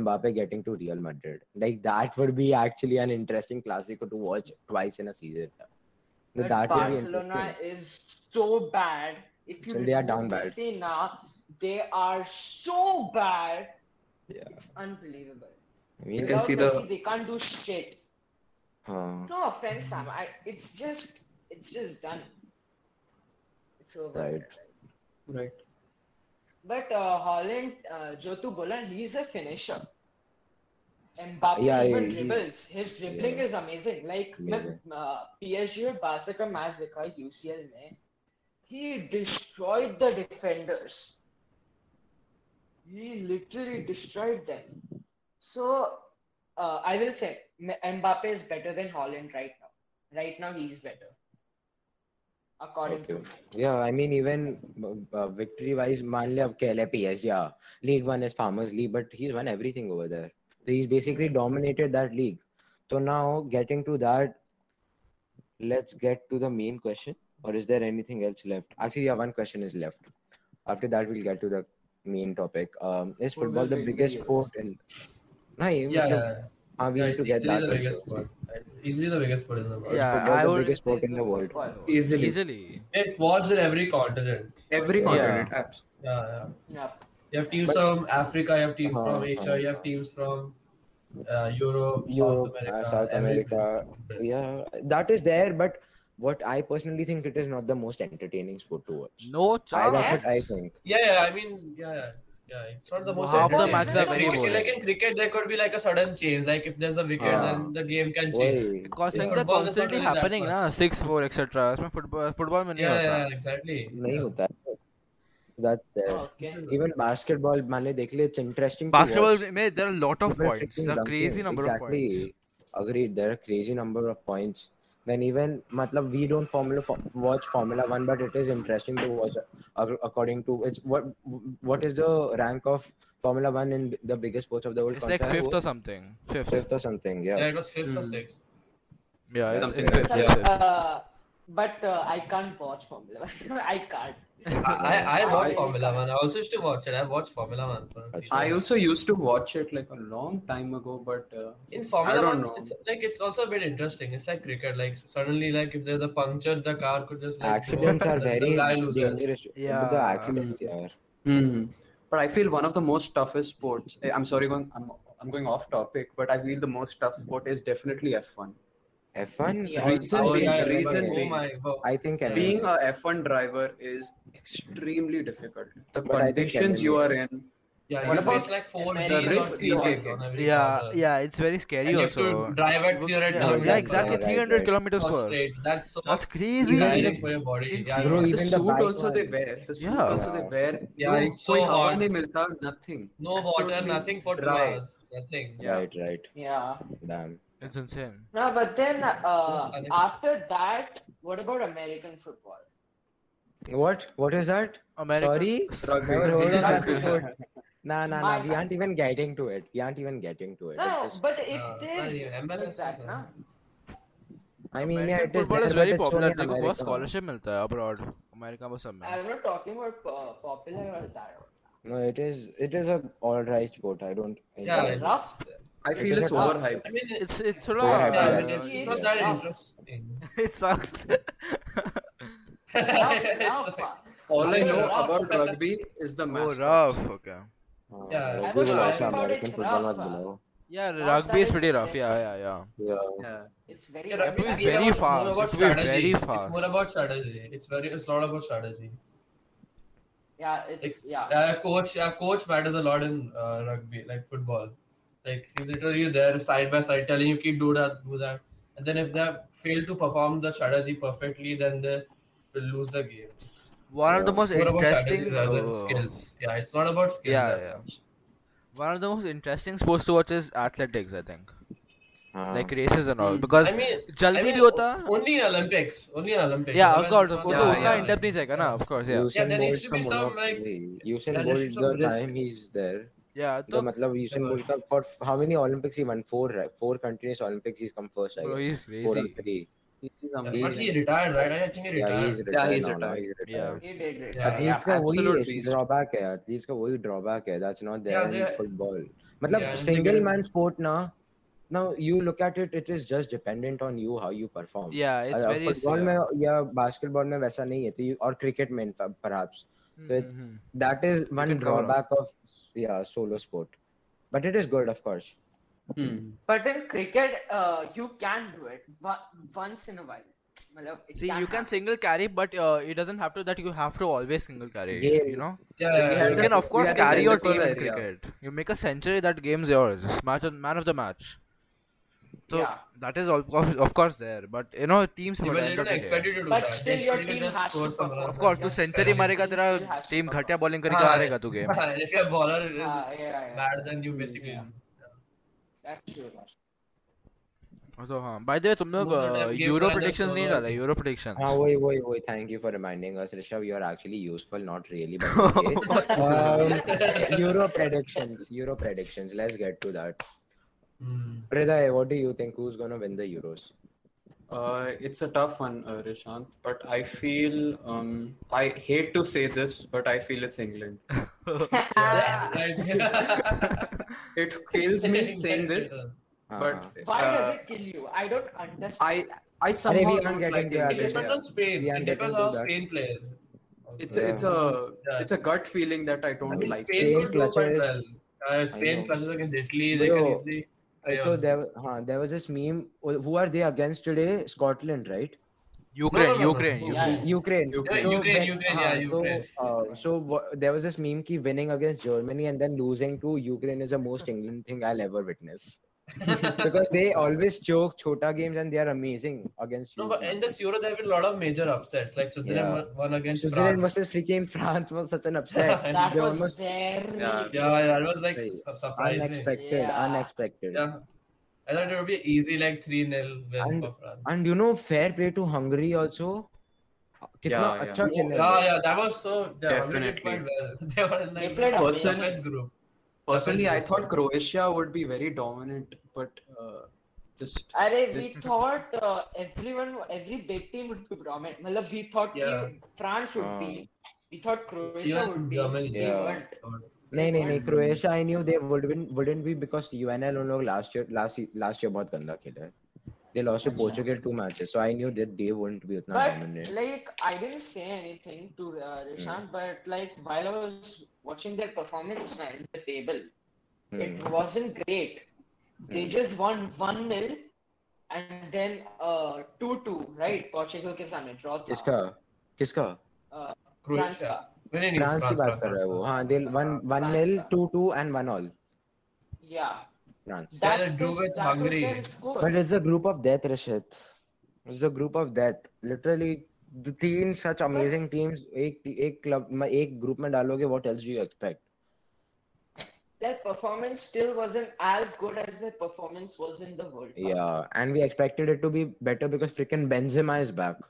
S1: Mbappe getting to Real Madrid. Like that would be actually an interesting classic to watch twice in a season.
S5: But
S1: that would be
S5: Barcelona
S1: interesting.
S5: is so bad. If you
S1: So they are
S5: remove
S1: down bad.
S5: Messi now, they are so bad.
S1: Yeah.
S5: It's unbelievable.
S1: I mean,
S4: You can
S5: Without
S4: see the-
S5: Messi, they can't do shit.
S1: huh.
S5: No offense, Sam. I, it's just, it's just done. It's over.
S1: uh, Right.
S4: Right.
S5: But uh, Holland, uh, जो तू बोला, he's a finisher. Mbappe
S1: Yeah,
S5: even
S1: he- he-
S5: dribbles. His dribbling
S1: Yeah.
S5: is amazing. Like
S1: Amazing.
S5: मैं uh, PSG और Barca का match देखा UCL में. He destroyed the defenders. He literally destroyed them. So uh, I will say M- Mbappe is better than Holland right now. Right now he is better. According
S1: Okay.
S5: to me.
S1: Yeah, I mean, even uh, victory wise, मान ले अब कह ले PSG, yeah, League One is Farmers League, but he's won everything over there. So he's basically dominated that league. So now getting to that, let's get to the main question. Or is there anything else left? Actually, yeah, one question is left. After that, we'll get to the main topic. Um, is
S5: Who
S1: football
S5: will
S1: the
S5: win the
S1: biggest
S5: Euros?
S1: sport in? No, even
S2: Yeah,
S1: if-
S2: yeah.
S1: Ah, we
S2: yeah,
S1: need
S2: it's
S1: to get
S2: easily
S1: that.
S2: the
S1: also.
S2: biggest sport. Easily the biggest sport in the world.
S3: Yeah,
S1: football
S3: I
S1: the
S3: would
S1: biggest sport in the world.
S4: Easily.
S3: easily.
S2: It's watched in every continent.
S4: Every
S1: Yeah.
S4: continent, abs-
S2: Yeah, yeah.
S5: Yeah.
S2: You have teams from Africa, you have teams from
S1: Uh-huh,
S2: Asia, you have teams from uh, Europe,
S1: Europe,
S2: South America.
S1: uh, South
S2: every
S1: America,
S2: place.
S1: Yeah, that is there, but what I personally think it is not the most entertaining sport to watch.
S3: No
S1: I, that's
S3: chance.
S1: what I think.
S2: Yeah, yeah, I mean, yeah, yeah. Yeah, it's not the most
S3: Half the
S2: entertaining.
S3: matches are
S2: Like
S3: very
S2: cricket-
S3: boring.
S2: Like in cricket, there could be like a sudden change. Like if there's a wicket,
S3: Yeah.
S1: Uh-huh.
S2: then the game can change.
S1: Oy,
S3: Because
S1: yeah.
S3: things are
S2: Football is not
S3: constantly
S2: really that
S3: happening ना
S2: much.
S3: six four etc. इसमें football football में नहीं
S2: Yeah,
S3: होता.
S2: yeah, exactly.
S1: नहीं होता है। That's there.
S5: Oh, Okay.
S1: Even basketball, मान ले देख ले, it's interesting. to watch.
S3: Basketball में there are a lot of
S1: People
S3: points.
S1: freaking
S3: There are
S1: dunking.
S3: crazy number of
S1: exactly.
S3: points.
S1: Agreed. There are crazy number of points. Then even, मतलब we don't formula fo- watch Formula One, but it is interesting to watch. ac- According to it's what what is the rank of Formula One in the biggest sports of the world?
S3: It's like
S1: कौन सा है
S3: fifth
S1: वो?
S3: or something. Fifth.
S1: fifth or something. Yeah.
S2: Yeah, it was fifth or
S4: Hmm.
S2: sixth.
S3: Yeah, it's,
S4: Something
S3: it's
S4: like
S3: fifth.
S5: But,
S3: it's fifth.
S5: uh, but uh, I can't watch Formula One. I can't.
S2: I, I, I watched
S5: I-
S2: Formula One. I also used to watch it. I watched Formula One. for a
S1: Achha.
S4: I
S2: reason.
S4: also used to watch it like a long time ago, but uh,
S2: in
S4: I
S2: Formula
S4: don't
S2: One,
S4: know.
S2: it's like it's also a bit interesting. It's like cricket. Like suddenly, like if there's a puncture, the car could just like
S1: Accidents
S2: go,
S1: are
S2: the- the
S1: very
S2: guy loses.
S1: dangerous.
S3: Yeah.
S1: The accidents, yeah.
S4: Hmm. But I feel one of the most toughest sports. eh, I'm sorry, going I'm I'm going off topic, but I feel the most tough sport is definitely F1.
S1: F1.
S5: Yeah.
S1: I-
S2: Oh,
S4: Recently,
S2: yeah, I
S1: reason
S2: remember that.
S4: recently,
S2: oh my god.
S1: I think
S2: Yeah.
S4: being
S1: being
S4: a F1 driver is extremely difficult. The
S1: But I think
S4: conditions you are in.
S2: Yeah,
S4: What
S2: you
S4: about-
S2: face like four
S5: Yeah,
S2: Gs
S4: risk
S2: or three
S4: you
S2: Gs
S4: take.
S2: on every
S3: Yeah,
S2: corner.
S3: yeah, it's very scary
S2: And you have
S3: also.
S2: to drive at 300
S3: Yeah,
S1: down.
S3: yeah, exactly.
S1: Right,
S3: 300
S1: right.
S3: kilometers per.
S2: Straight. That's so
S3: That's crazy.
S2: dangerous for your body. Yeah,
S3: Insane.
S1: Bro,
S4: The
S1: even the
S4: suit
S1: bike
S4: also they
S1: one.
S4: wear. The suit
S3: Yeah.
S4: also they wear.
S2: Yeah,
S4: no,
S2: it's so
S4: कोई हवा
S2: hot.
S4: नहीं मिलता, nothing.
S2: no water,
S4: Absolutely
S2: nothing for two
S4: dry.
S2: hours. Nothing.
S4: Yeah.
S1: right, right.
S5: Yeah.
S1: Damn.
S3: It's insane.
S5: No, but then uh,
S2: Yes, I-
S5: after that, what about American football?
S1: What? What is that?
S3: America.
S1: Sorry.
S4: Rugby.
S1: Never heard of that
S4: Rugby.
S1: before. Nah, nah,
S5: My
S1: nah. We
S5: bad.
S1: aren't even getting to it. We aren't even getting to it. It's
S5: No,
S1: just,
S5: but it
S2: Uh,
S5: is
S2: yeah, MLS
S5: like that,
S2: football.
S5: na?
S1: I mean, yeah,
S3: American
S1: it is
S3: football
S1: there,
S3: is
S1: but
S3: very
S1: it's only
S3: popular.
S1: in
S3: देखो बहुत
S1: America.
S3: scholarship मिलता है abroad. America वो सब में.
S5: I'm not talking about uh, popular or that.
S1: No, it is. It is a all right sport. I don't. I
S2: Yeah,
S1: don't-
S2: it-
S5: Rough.
S4: I feel it's
S1: Yeah.
S4: overhyped.
S2: I mean, it's,
S3: It's it's sort
S1: Yeah,
S3: of
S2: yeah,
S1: yeah,
S2: but it's
S5: yeah.
S2: not that interesting.
S3: it sucks.
S5: Rough,
S2: It's
S5: rough.
S2: like-
S4: All I know
S5: Rough.
S4: about rugby is the
S3: oh,
S4: mascot.
S3: rough. Okay.
S1: Uh,
S2: Yeah.
S1: Google
S2: I was
S1: also
S2: talking
S5: about
S1: American
S5: it's
S1: football
S5: rough,
S1: not
S5: uh,
S1: below.
S3: Yeah,
S5: Rough
S3: rugby is
S5: side
S3: pretty
S5: is
S3: rough. Yeah, yeah, yeah.
S2: uh,
S1: Yeah.
S4: Yeah.
S5: It's very
S2: Yeah,
S5: rough.
S2: rugby
S3: It's
S2: is
S3: very
S2: about- it's
S3: fast.
S2: more about
S3: It's very,
S2: strategy.
S3: very
S2: It's
S3: fast.
S2: more about strategy. It's very. It's a lot about strategy.
S5: Yeah, it's yeah.
S2: Uh, coach, uh, coach matters a lot in uh, rugby, like football. Like he's literally there side by side, telling you, "Keep do that, do that." And then if they fail to perform the strategy perfectly, then they will lose the game. It's
S3: One of the most
S2: more about
S3: interesting.
S2: strategy rather than
S3: uh,
S2: skills. Yeah, it's not about skills.
S3: Yeah,
S2: that
S3: yeah.
S2: much.
S3: One of the most interesting sports to watch is athletics. I think,
S1: Uh,
S3: like races and
S2: Hmm.
S3: all, because
S2: I mean, I
S3: जल्दी
S2: mean, oh,
S3: नहीं होता
S2: only in Olympics, only in Olympics.
S3: yeah of
S2: Otherwise,
S3: course
S2: it's
S3: वो
S2: not-
S3: तो
S4: Yeah,
S3: उतना
S4: yeah.
S3: in depth नहीं जाएगा ना of course yeah
S1: Usain
S2: there needs
S1: Bolt
S2: to be
S1: का
S2: some,
S1: monopole.
S2: like-
S1: Usain
S2: there needs
S1: Bolt,
S2: to
S1: the
S2: be risk.
S1: time he's there.
S3: yeah
S1: The
S3: तो
S1: matlab Usain Bolt का for how many Olympics he won? Four, right? Four continuous Olympics he's come first. I
S3: bro
S1: guess.
S3: Oh, he's
S1: Four
S3: crazy
S1: and three.
S4: He's
S2: Yeah, but
S4: amazing.
S2: he retired, right? I
S1: Yeah,
S2: think he retired.
S1: he's retired.
S4: he's
S1: now, now
S4: retired.
S1: he's retired.
S3: Yeah.
S5: He did it.
S2: Yeah,
S1: athletes का
S4: absolute
S1: वही
S4: beast.
S1: Drawback है athletes का वही drawback है that's not
S2: Yeah,
S1: there in
S2: they-
S1: football मतलब
S2: Yeah, and they
S1: single
S2: will-
S1: man sport ना now you look at it it is just dependent on you how you perform
S3: yeah it's
S1: Uh,
S3: very
S1: football में या basketball में वैसा नहीं है तो you- और क्रिकेट में perhaps
S3: yeah.
S1: तो
S3: hmm, hmm, hmm.
S1: that is one
S3: can cover up.
S1: drawback of yeah solo sport but it is good of course
S4: Hmm.
S5: But in cricket, uh, you can do it on- once in a while. Matlab, it
S3: see you can
S5: happen.
S3: single carry but uh, it doesn't have to that you have to always single carry
S1: Yeah.
S3: you know
S2: Yeah, yeah,
S4: Yeah,
S3: you
S2: yeah.
S3: can of
S4: yeah,
S3: course
S4: yeah,
S3: carry your
S4: yeah.
S3: team in
S4: Yeah.
S3: cricket you make a century that game's yours match of, man of the match so
S5: Yeah.
S3: that is of course, of course there but you know teams for
S2: But
S3: the
S2: they
S3: end of
S2: don't
S3: the
S2: expect you
S3: day
S2: to do
S5: But
S2: that.
S5: still
S2: They
S5: your
S2: expect you to
S5: team
S2: just
S5: has to
S2: score some
S5: perform.
S2: runs
S3: of course
S2: and
S3: तू
S2: just
S3: century
S2: finish.
S3: मारेगा तेरा
S5: Still has to
S3: team
S5: perform.
S3: घटिया bowling करके
S2: हाँ,
S3: हारेगा तो तू game
S2: And if your bowler is
S5: Ah, yeah, yeah.
S2: bad, then you basically
S5: Yeah.
S2: lose.
S5: That's true. man.
S3: तो हाँ बाय द वे तुम लोग
S2: Most of them give
S3: Euro
S2: rather
S3: predictions नहीं
S2: solo.
S3: डाले यूरो प्रेडिक्शंस
S1: हाँ वही वही वही thank you for reminding us Rishabh you are actually useful not really Um, but Euro predictions Euro predictions let's get to that
S2: Hmm.
S1: Hriday, what do you think? Who's gonna win the Euros?
S4: Uh, it's a tough one, uh, Rishant, but I feel um, I hate to say this, but I feel it's England. It kills me saying this,
S1: हाँ,
S4: but
S5: Why
S4: uh,
S5: does it kill you? I don't understand.
S4: I I
S1: we
S4: somehow
S1: won't
S4: don't
S1: get
S4: like
S1: into that later.
S2: It
S4: it. Yeah.
S2: depends on
S1: Yeah,
S2: Spain. it
S1: I'm
S2: depends
S1: getting
S2: how
S1: to that.
S2: Spain plays.
S4: It's
S1: Yeah.
S4: a, it's a
S2: Yeah.
S4: it's a gut feeling that I don't
S2: I mean,
S4: like.
S2: Spain,
S1: Spain
S2: could do quite
S1: clutches-
S2: well. Uh, Spain
S1: know.
S2: clutches against Italy. They can
S1: Bro,
S2: easily.
S1: Uh, So there, huh, there was this meme. Who are they against today? Scotland, right?
S3: Ukraine,
S2: no, no.
S3: Ukraine,
S2: Yeah,
S3: Ukraine.
S5: yeah.
S1: Ukraine.
S4: Ukraine.
S1: So
S2: Ukraine,
S1: when-
S2: Ukraine,
S1: हाँ,
S2: yeah, Ukraine.
S1: So, uh, so wha- there was this meme ki winning against Germany and then losing to Ukraine is the most England thing I'll ever witness. because they always choke chota games and they are amazing against
S2: No, but in this Euro, there have been a lot of major upsets. Like Switzerland
S1: Yeah.
S2: won- won against
S1: Switzerland
S2: France.
S1: versus freaking France was such an upset.
S2: And
S5: that
S1: they
S5: was
S1: almost
S5: very.
S4: Yeah.
S2: Yeah, yeah, it was like
S1: Right.
S2: su- surprising.
S1: unexpected,
S5: Yeah.
S1: unexpected.
S2: Yeah. I thought it would be an easy, like 3 0 win
S1: And-
S2: for France.
S1: And you know, fair play to Hungary also. कितना
S4: Yeah,
S1: अच्छा
S2: Yeah,
S1: खेला है।
S2: yeah, that was so. Yeah, Hungary did
S4: Definitely.
S2: quite well. They were in like
S5: They played
S2: the
S4: amazing.
S2: toughest group.
S4: Personally, I thought Croatia would be very dominant, but uh, just
S5: अरे we thought uh, everyone every big team would be dominant मतलब we thought कि
S2: Yeah.
S5: France would be we thought Croatia
S2: Even
S5: would be
S2: Germany.
S5: they
S1: Yeah.
S5: weren't
S1: नहीं नहीं नहीं Croatia I knew they wouldn't wouldn't be because UNL उन लोग last year last last year बहुत गंदा खेला है दे लॉस्ट टू
S5: अच्छा।
S1: Portugal two matches so I knew that they wouldn't be उतना
S5: But
S1: dominate
S5: like I didn't say anything to uh, Rishan,
S4: Mm.
S5: but like while I was watching their performance in the table,
S4: Mm.
S1: Hmm।
S5: it wasn't great. They just won one 0 and then uh two two right Portugal के सामने draw था
S1: किसका किसका
S5: uh,
S2: Croatia.
S5: France का
S2: No, no, no,
S1: France की बात
S2: France,
S1: कर रहा है वो
S2: France.
S1: हां दे वन
S5: हाँ,
S1: 1
S5: France
S1: 0
S5: का।
S1: 2 2 and 1 all
S5: yeah
S1: France
S2: Yeah,
S5: that's
S2: they drew
S5: the-
S2: with
S5: that was
S2: Hungary.
S5: their score.
S1: But it's a group of death Rishit it's a group of death literally तीन such amazing teams एक एक club एक group में डालोगे what else do you expect
S5: their performance still wasn't as good as their performance was in the World Cup.
S1: Yeah, and we expected it to be better because freaking Benzema is back.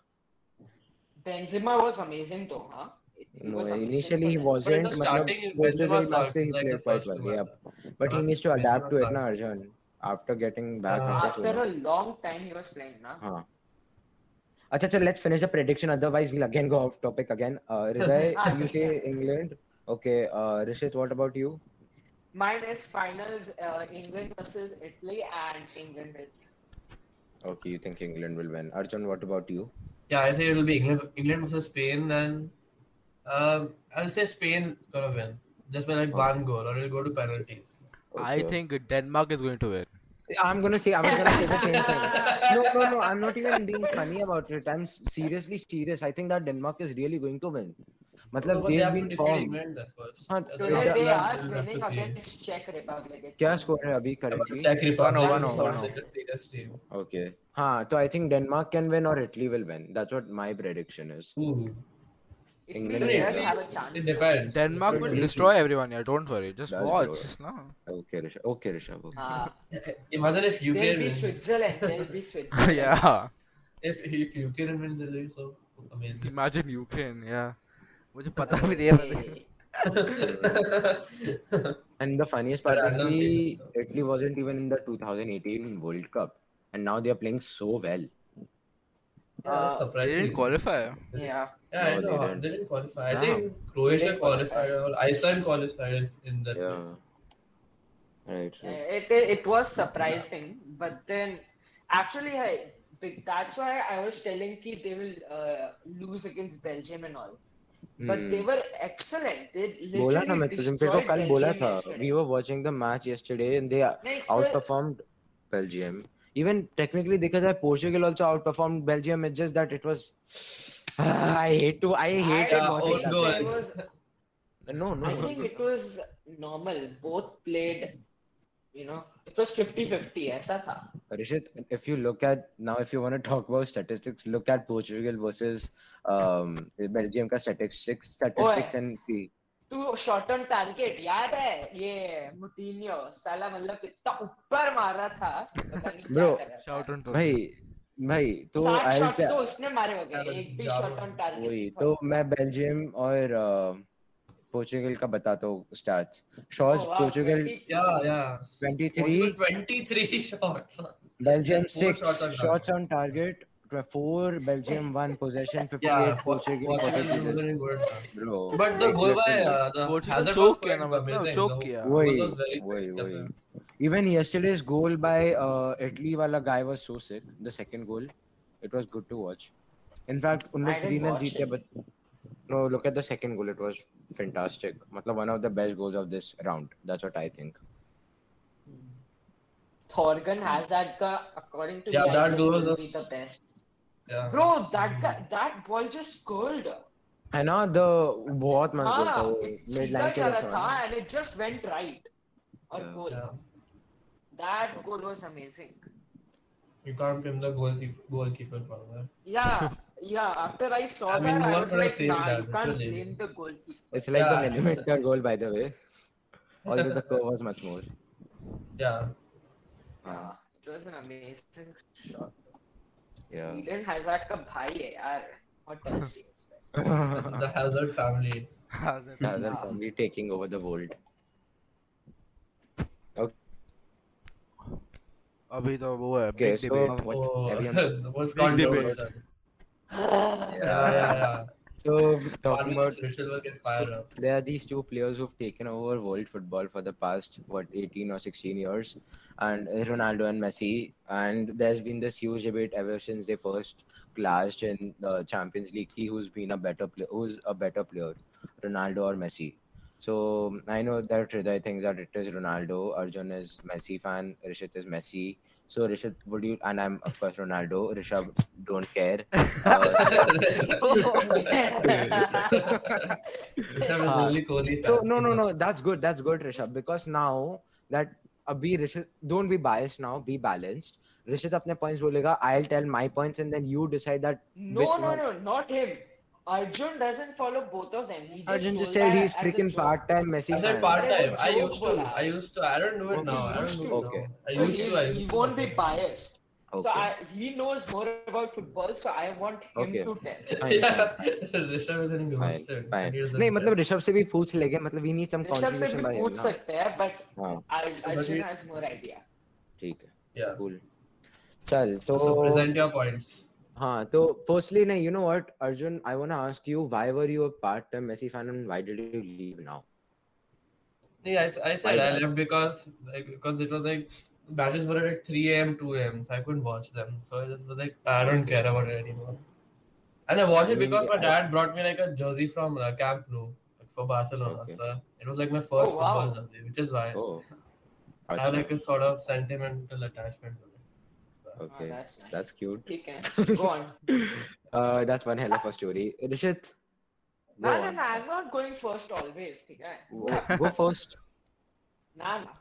S5: Benzema was amazing though, huh? It- it
S1: No,
S5: was amazing
S1: initially
S5: for
S1: he
S5: them.
S2: But in
S1: wasn't. matlab,
S2: the starting,
S1: post the
S2: Benzema
S1: game
S2: sucked.
S1: से he
S2: Like the
S1: played quite
S2: first
S1: well.
S2: two
S1: Yeah,
S2: matches.
S1: but he
S2: Uh,
S1: needs to adapt
S2: Benzema
S1: to it,
S2: sucked.
S1: na Arjun. After getting back
S2: Uh,
S1: after so
S5: After a
S1: long.
S5: long time he was playing, na?
S1: हाँ. अच्छा चल let's finish the prediction. Otherwise we'll again go off topic again. Uh,
S5: हाँ,
S1: Riday, you
S5: ठीक
S1: say England. Okay. Uh, Rishit, what about you?
S5: Mine is finals uh, England versus Italy and England will
S1: Okay, you think England will win. Arjun, what about you?
S2: Yeah, I think it'll be England, England versus Spain, and um, I'll say Spain gonna win just by like one goal, or it'll go to penalties.
S3: I
S1: Okay.
S3: think Denmark is going to win.
S1: I'm gonna say I was gonna say the same thing. No, no, no. I'm not even being funny about it. I'm seriously serious. I think that Denmark is really going to win.
S2: No,
S1: मतलब
S2: Oh, but they
S1: they've
S2: have to
S1: been
S2: defeat
S1: formed.
S2: England then first.
S1: हाँ,
S2: And then
S5: Today
S2: after
S5: they
S2: that,
S5: are
S2: we'll have
S5: winning
S2: to see.
S5: against Czech Republic. It's
S1: क्या score है अभी
S2: But
S1: currently?
S2: Czech Republic
S3: One-oh,
S2: is
S3: one-oh,
S2: not
S3: one-oh.
S2: like a serious team.
S1: Okay. हाँ, तो I think Denmark can win or Italy will win. That's what my prediction is.
S2: Ooh.
S1: England
S5: England
S1: will
S5: does
S1: win.
S5: have a
S2: It
S5: chance.
S2: depends.
S3: Denmark will destroy everyone. Yeah, don't worry. Just
S1: That's
S3: watch.
S1: true.
S3: Just now.
S1: Okay, Rishabh. Okay, Rishabh. Okay.
S5: Uh,
S2: Imagine if
S5: they'll
S2: Ukraine
S5: be
S2: wins.
S5: Switzerland. They'll be Switzerland.
S3: yeah.
S2: If if Ukraine wins, they'll be so amazing.
S3: Imagine Ukraine. Yeah. मुझे पता भी नहीं है
S5: Hey.
S1: And the funniest part is
S2: Random
S1: कि
S2: games,
S1: Italy wasn't even in the 2018 World Cup, and now they are playing so well.
S5: Uh,
S3: They
S2: Surprising.
S3: didn't qualify.
S5: Yeah.
S2: Yeah, I
S1: No,
S2: know.
S1: they
S2: They
S1: didn't.
S2: didn't, qualify.
S1: Yeah.
S2: I think Croatia
S5: didn't qualify.
S2: qualified or Iceland qualified in, in that.
S1: Yeah. Right.
S5: Uh,
S1: right.
S5: It, it it was surprising, but then actually I be- that's why I was telling ki they will uh, lose against Belgium and all. But
S1: Hmm.
S5: they were excellent. They
S1: बोला था
S5: literally
S1: मैं तुझे मेरे को
S5: destroyed
S1: कल बोला
S5: Belgium
S1: था
S5: yesterday.
S1: we were watching the match yesterday and they
S5: Like, the-
S1: outperformed Belgium even technically देखा जाए Portugal also outperformed Belgium it's just that it was I hate to I hate
S5: I
S1: it
S2: Yeah,
S5: don't
S1: watching
S2: own
S5: think
S1: that.
S2: goal.
S5: it was.
S1: no no
S5: I think it was normal. Both played. You know, it was 50-50. ऐसा था.
S1: Rishit if you look at now if you want to talk about statistics look at Portugal versus um, Belgium का statistics statistics and see
S5: तू shot on target याद है ये मुटीनियो साला मतलब कितना ऊपर मारा था पता नहीं क्या
S1: Bro,
S5: कर रहा था।
S3: Shout out to
S1: भाई भाई तो
S5: साठ
S1: I'll
S5: shots
S1: tell-
S5: तो उसने मारे हो गए एक भी
S2: Yeah,
S5: shot
S2: bro.
S5: On target
S1: वही तो मैं बेल्जियम और पोर्चुगल का बताता हूँ stats
S5: Oh,
S1: shots Portugal
S2: Yeah, yeah.
S1: 23.
S2: Portugal 23 shots.
S1: Belgium
S2: Four shots on
S1: 6
S2: target.
S1: Shots on target four Belgium, one possession, 58
S2: Yeah, Po-
S1: Portugal,
S2: Portugal
S1: 42
S2: is
S1: this.
S2: really good.
S1: Bro,
S2: But the
S1: like,
S2: Goa,
S1: literally.
S2: uh, the
S3: Portugal
S2: Hazard
S3: choke
S2: was
S3: किया ना
S2: quite
S3: मतलब
S2: amazing,
S3: choke
S2: though.
S3: किया
S2: Whoa.
S1: वही
S2: was very
S1: वही
S2: good.
S1: वही even yesterday's goal by uh, Italy वाला guy was so sick the second goal it was good to watch in fact उन
S5: I
S1: लोग
S5: didn't
S1: थ्री
S5: watch
S1: जीते
S5: it.
S1: but no look at the second goal it was fantastic मतलब one of the best goals of this round that's what I think
S5: Thorgan Hazard ka, according to
S2: Yeah,
S5: me, I
S2: that
S5: guess
S2: goal
S5: will
S2: was-
S5: be the best.
S2: Yeah.
S5: Bro, that guy, that ball just curled.
S1: है ना the बहुत मस्त goal था
S5: हाँ,
S1: वो mid
S5: सीधा
S1: line से
S5: चला
S1: बचा
S5: था
S1: ना।
S5: and it just went right. Or
S1: Yeah.
S5: goal.
S2: Yeah.
S5: That goal was amazing.
S2: You can't blame the goalkeeper, goalkeeper for that.
S5: Yeah, yeah. After I saw
S2: I mean,
S5: that,
S2: who
S5: I
S2: else
S5: was
S2: could have
S5: like,
S2: saved
S5: nah,
S2: that?
S5: you can't
S2: Really?
S5: blame the goalkeeper.
S1: it's like the
S2: Yeah.
S1: millimeter goal by the way although the curve was much more
S2: Yeah.
S5: Yeah, it was an amazing shot.
S1: yeah
S5: Eden Hazard का भाई है यार. What else do you expect?
S2: the Hazard family.
S3: Hazard.
S1: Hazard
S5: Yeah.
S1: family taking over the world
S3: अभी तो वो है
S1: okay
S3: big
S1: so
S3: debate
S1: what
S2: Oh,
S1: everyone
S2: what's
S3: Big debate.
S2: controversial? Yeah, yeah, yeah.
S1: So talking
S2: Talking
S1: about
S2: will get fired up.
S1: there are these two players who've taken over world football for the past what 18 or 16 years, and uh, Ronaldo and Messi. And there's been this huge debate ever since they first clashed in the Champions League. Ki who's been a better player? Who's a better player, Ronaldo or Messi? So I know that Hriday thinks that it is Ronaldo. Arjun is Messi fan. Rishit is Messi. So Rishit, would you? And I'm of course Ronaldo. Rishabh don't care. Uh,
S2: Rishabh is only Kohli
S1: So
S2: fan.
S1: no, no, no. That's good. That's good, Rishabh. Because now that अभी Rishabh, don't be biased now. Be balanced. Rishabh अपने points बोलेगा. I'll tell my points and then you decide that.
S5: No,
S1: Which
S5: no,
S1: one?
S5: no, not him. Arjun doesn't follow both of them. He just
S1: Arjun just
S5: told
S1: said
S5: that
S1: he's
S5: as a
S1: freaking
S5: joke.
S1: part-time Messi
S2: I said
S1: fan.
S2: part time. I
S5: Joke
S2: used to.
S5: bola.
S2: I used to. I don't do it now. I don't do it now.
S1: Okay.
S2: I
S5: So
S2: used
S5: he,
S2: to. I
S5: he
S2: used to.
S5: won't
S2: not
S5: be
S2: do it.
S5: biased. So
S1: Okay.
S5: I, he knows more about football, so I want him
S1: Okay.
S5: to tell.
S1: Fine,
S2: Yeah.
S1: fine, fine,
S2: Rishabh is an
S1: fine,
S2: imposter.
S1: fine.
S2: He doesn't
S1: नहीं
S2: care.
S1: मतलब ऋषभ से भी पूछ लेंगे मतलब we need some
S5: Rishabh से
S1: contribution
S5: भी
S1: by him
S5: पूछ
S1: ना
S5: सकते हैं बट
S1: हाँ
S5: Arjun
S2: he-
S5: has more idea
S1: ठीक है
S2: Yeah.
S1: cool चल तो
S2: So present your points.
S1: हाँ तो firstly नहीं you know what Arjun I wanna ask you why were you a part-time Messi fan and why did you leave now
S2: Yeah, I, s- I said
S1: Why
S2: I
S1: not?
S2: left because like because it was like matches were at 3 a.m. 2 a.m. so I couldn't watch them. So I just was like I don't care about it anymore. And I watched it
S1: Really?
S2: because my
S1: I-
S2: dad brought me like a jersey from uh, Camp Nou like, for Barcelona.
S1: Okay.
S2: So it was like my first
S5: Oh, wow.
S2: football jersey, which is why
S1: oh
S2: I have
S1: अच्छा.
S2: like a sort of sentimental attachment. to it.
S1: Okay,
S5: that's nice.
S1: that's cute.
S5: ठीक है go on
S1: Uh, that's one hell of a story. Rishit, go,
S5: ना ना
S1: on.
S5: ना I am not going first always ठीक है
S1: Go- go first.
S5: ना ना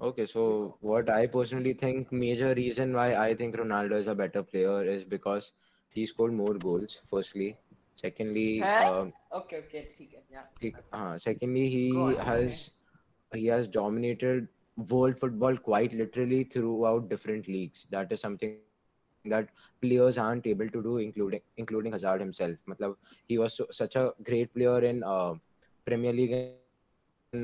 S1: Okay, so what I personally think major reason why I think Ronaldo is a better player is because he scored more goals. Firstly, secondly,
S5: Huh?
S1: um,
S5: okay okay ठीक है या
S1: he, uh, secondly he
S5: Go on,
S1: has he has dominated world football quite literally throughout different leagues. That is something that players aren't able to do, including including Hazard himself. Matlab, he was so, such a great player in uh, Premier League. and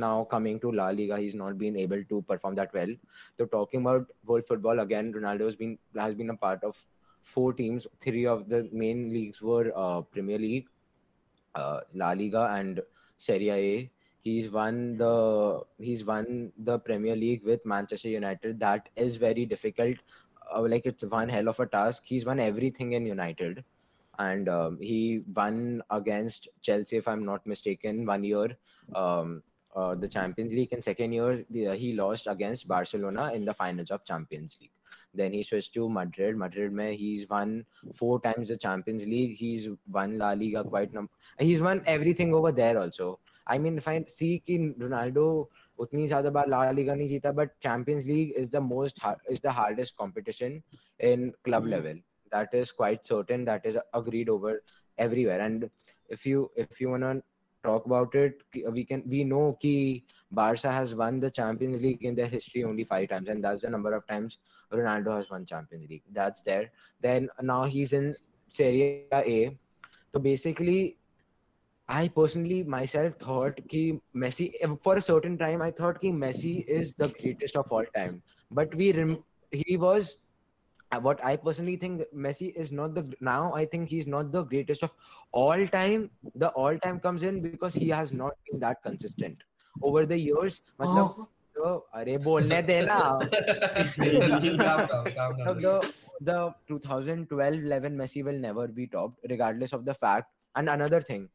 S1: Now coming to La Liga, he's not been able to perform that well. So talking about world football again, Ronaldo has been has been a part of four teams. Three of the main leagues were uh, Premier League, uh, La Liga, and Serie A. He's won the he's won the Premier League with Manchester United. That is very difficult uh, like it's one hell of a task. He's won everything in United, and um, he won against Chelsea, if I'm not mistaken, one year um, uh, the Champions League, and second year the, uh, he lost against Barcelona in the finals of Champions League. Then he switched to Madrid. Madrid, mein he's won four times the Champions League. He's won La Liga quite num. He's won everything over there also. I mean, if I see कि Ronaldo उतनी ज्यादा बार ला Liga नहीं जीता but Champions League is the most is the hardest competition in club level that is quite certain that is agreed over everywhere and if you if you want talk about it we can we know ki barca has won the champions league in their history only five times and that's the number of times ronaldo has won champions league that's there then now he's in serie a so basically I personally myself thought ki Messi for a certain time I thought ki Messi is the greatest of all time. But we rem- he was uh, what I personally think Messi is not the now I think he's not the greatest of all time. The all time comes in because he has not been that consistent over the years. मतलब
S5: Oh,
S1: तो अरे बोलने दे ना
S2: calm down, calm
S1: So
S2: down.
S1: the the 2012-11 Messi will never be topped, regardless of the fact. And another thing,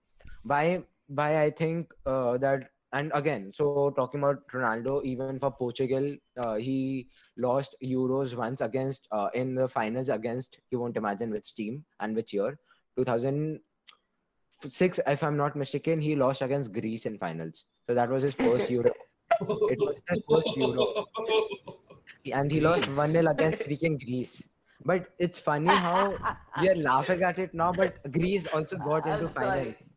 S1: why why I think uh, that and again, so talking about Ronaldo, even for Portugal, uh, he lost Euros once against uh, in the finals against you won't imagine which team and which year 2006, if I'm not mistaken, he lost against Greece in finals. So that was his first Euro. It was his first Euro and he lost 1 0 against freaking Greece. But it's funny how we are laughing at it now, but Greece also got
S5: I'm
S1: into
S5: sorry.
S1: finals.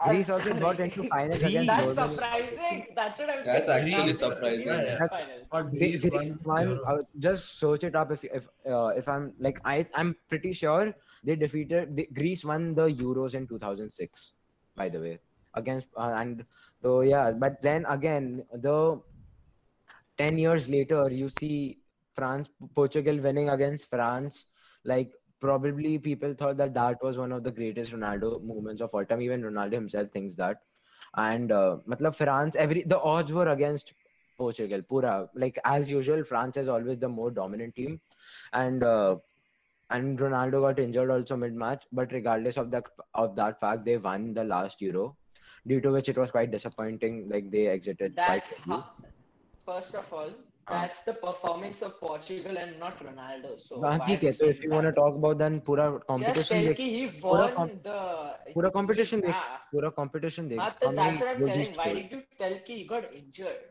S5: I'm
S1: Greece also
S5: sorry.
S1: got into finals against
S3: That's
S5: That's
S1: Jordan.
S5: surprising. That's what I'm
S4: That's
S5: saying.
S4: actually
S5: Greece-
S4: surprising,
S5: Greece
S2: yeah.
S5: in finals.
S2: Or
S1: They,
S2: Greece
S1: they
S2: won
S1: won,
S2: Euro.
S1: I would just search it up if if uh, if I'm like I I'm pretty sure they defeated they, Greece won the Euros in 2006 by the way against uh, and so yeah but then again the 10 years later you see France Portugal winning against France like probably people thought that that was one of the greatest Ronaldo moments of all time even Ronaldo himself thinks that and uh, matlab France every the odds were against Portugal pura like as usual France is always the more dominant team and uh, and Ronaldo got injured also mid match but regardless of that of that fact they won the last Euro due to which it was quite disappointing like Ah. they exited quite
S5: That's
S1: early.
S5: how, first of all, that's the performance of Portugal and not Ronaldo. So
S1: हाँ,
S5: why
S1: ठीक है
S5: do
S1: so if you want to talk about then पूरा
S5: just
S1: competition
S5: tell
S1: देख
S5: कि he
S1: पूरा
S5: won
S1: com-
S5: the
S1: पूरा competition देख
S5: yeah.
S1: पूरा competition देख
S5: Not that,
S1: how
S5: that's
S1: many
S5: what I'm
S1: goals he
S5: telling. Why
S1: scored.
S5: did you tell कि he got injured?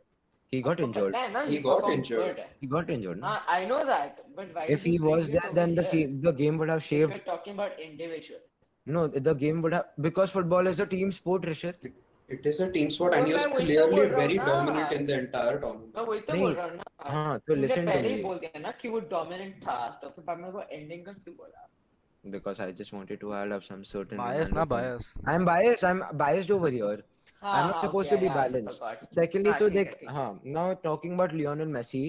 S1: he got injured
S4: He got injured.
S1: he got injured no?
S5: Now, I know that, but why
S1: if
S5: did
S1: he
S5: you bring
S1: was
S5: it
S1: there
S5: over
S1: then the
S5: here?
S1: game, the game would have
S5: If you're
S1: shaved
S5: talking about individual.
S1: no the game would have because football is a team sport Rishit
S4: It is a team sport, and he was
S5: Well, I
S4: clearly
S5: wouldn't
S4: very
S5: know.
S4: dominant in the entire tournament.
S5: मैं वही तो
S1: नहीं,
S5: बोल रहा हूँ ना
S1: हाँ तो
S5: तुमने
S1: listen to
S5: पहले ही
S1: me
S5: बोल दिया ना कि वो डोमिनेंट था तो फिर बाद में वो एंडिंग का क्यों बोला
S1: because I just wanted to add up some certain
S3: Bias,
S1: Ronaldo
S3: na
S1: point.
S3: bias.
S1: I'm biased I'm biased over here
S5: हाँ
S1: I'm not
S5: हाँ
S1: supposed
S5: okay,
S1: to be
S5: yeah, I
S1: balanced.
S5: forgot.
S1: Secondly,
S5: हाँ,
S1: to
S5: ठीक है,
S1: देख
S5: ठीक है।
S1: हाँ now talking about Lionel Messi,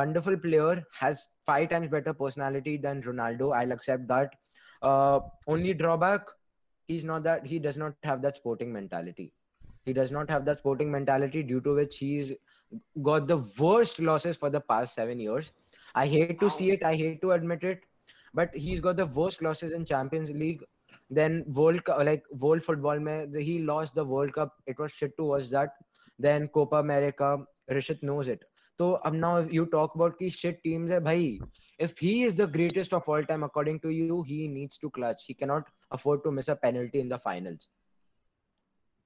S1: wonderful player has five times better personality than Ronaldo. I'll accept that. Uh, only drawback, he's not that he does not have that sporting mentality. He does not have that sporting mentality due to which he's got the worst losses for the past seven years. I hate to see it. I hate to admit it, but he's got the worst losses in Champions League. Then World Cup, like World Football, mein, he lost the World Cup. It was shit to watch that. Then Copa America, Rishit knows it. So um, now if you talk about ki shit teams, hai, bhai, if he is the greatest of all time, according to you, he needs to clutch. He cannot afford to miss a penalty in the finals.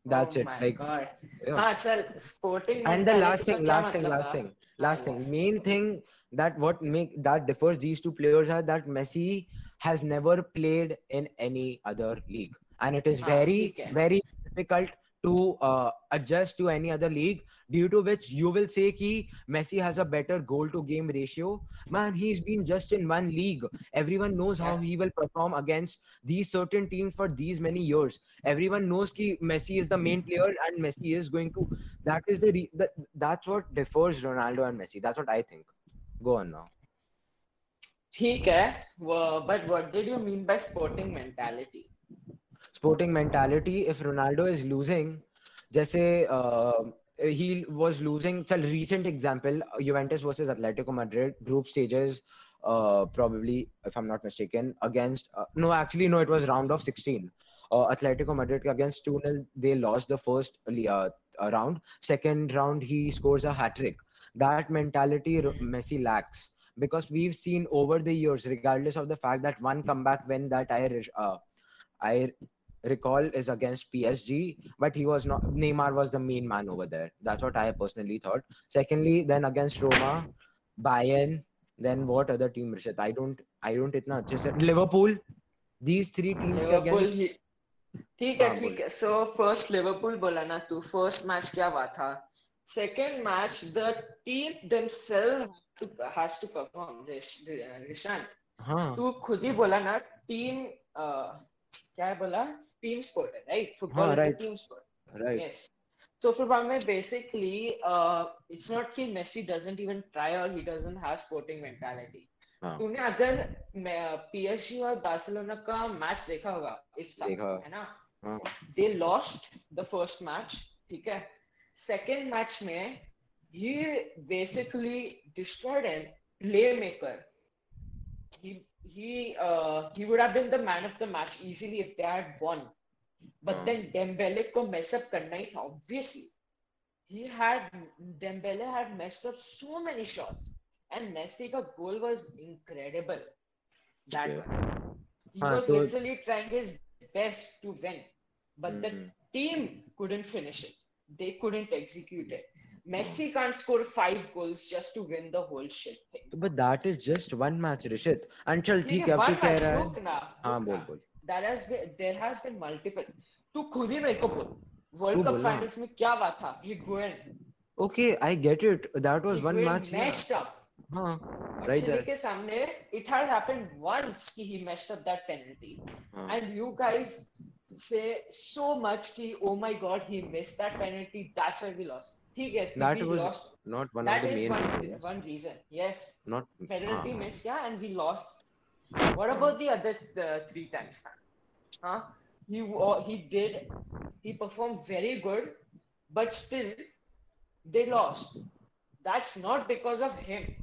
S1: That's
S5: Oh
S1: it.
S5: my
S1: Like
S5: God.
S1: yeah.
S5: हाँ चल sporting
S1: and the last
S5: तो
S1: thing last
S5: मतलब
S1: thing last thing last thing main thing that what make that differs these two players are that messi has never played in any other league and it is
S5: हाँ,
S1: very
S5: Ah, ठीक है.
S1: very difficult to uh, adjust to any other league due to which you will say ki messi has a better goal to game ratio man he's been just in one league everyone knows how he will perform against these certain teams for these many years everyone knows ki messi is the
S5: Hmm.
S1: main player and messi is going to that is the re- that, that's what differs Ronaldo and Messi. That's what I think. Go on now.
S5: ठीक है वो but what did you mean by sporting mentality
S1: Sporting mentality. If Ronaldo is losing, जैसे uh, he was losing. Chal, recent example: Juventus versus Atletico Madrid, group stages. Uh, probably, if I'm not mistaken, against uh, no, actually no, it was round of 16. Uh, Atletico Madrid against 2 0, they lost the first uh, round. Second round, he scores a hat trick. That mentality Ro- Messi lacks because we've seen over the years, regardless of the fact that one comeback win that I re- uh, I recall is against PSG, but he was not Neymar was the main man over there. That's what I personally thought. Secondly, then against Roma, Bayern, then what other team? Rishit? I don't, I don't. इतना अच्छे से Liverpool. These three teams के
S5: Liverpool
S1: against
S5: ही ठीक है
S1: हाँ,
S5: ठीक
S1: बोल।
S5: है सो फर्स्ट लिवरपूल बोला ना तू फर्स्ट मैच क्या हुआ था second match the team themselves has to perform Nishant
S1: हाँ
S5: तू खुद ही बोला ना टीम क्या है बोला टीम स्पोर्ट है राइट फुटबॉल
S1: हाँ,
S5: is
S1: right.
S5: Team sport
S1: right
S5: Yes. So for Bamey, basically, uh, it's not that Messi doesn't even try or he doesn't have sporting mentality.
S1: हाँ
S5: तूने अगर पीएसजी और बार्सिलोना का मैच देखा होगा इस साल
S1: देखा।
S5: है ना
S1: हाँ
S5: they lost the first match ठीक है सेकेंड मैच में ही बेसिकली डिस्ट्रॉयड एन प्ले मेकर he he uh, he would have been the man of the match easily if they had won but
S1: हाँ।
S5: then Dembele को mess up करना ही था obviously he had Dembele had messed up so many shots and Messi का goal was incredible that
S1: Yeah.
S5: one. he
S1: हाँ,
S5: was
S1: तो-
S5: literally trying his best to win but the
S1: Mhm.
S5: team couldn't finish it they couldn't execute it
S1: Hmm.
S5: Messi can't score five goals just to win the whole shit thing
S1: तो but that is just one match Rishit and चल ठीक है अब
S5: one
S1: तू कह
S5: match, तो
S1: रहा
S5: रुक
S1: है
S5: ना,
S1: हाँ
S5: रुक
S1: बोल
S5: ना।
S1: बोल
S5: There has been there has been multiple. तू खुद ही मेरे को बोल वर्ल्ड कप
S1: बोल ना।
S5: फाइनल्स में क्या हुआ था Higuain
S1: okay I get it that was one match
S5: matched up
S1: हाँ राइट
S5: चिली
S1: देयर
S5: के सामने इट हैड हैपेंड वंस कि he matched up that penalty
S1: हाँ।
S5: And you guys say so much कि oh oh my God he missed that penalty that's why we lost ठीक है
S1: That
S5: we
S1: was
S5: lost.
S1: Not one of
S5: That
S1: the
S5: is
S1: main
S5: one one reason. Yes,
S1: not हाँ। Ah.
S5: penalty miss, yeah, and we lost. What about the other uh, three times? Huh? He wa- he did he performed very good, but still they lost. That's not because of him.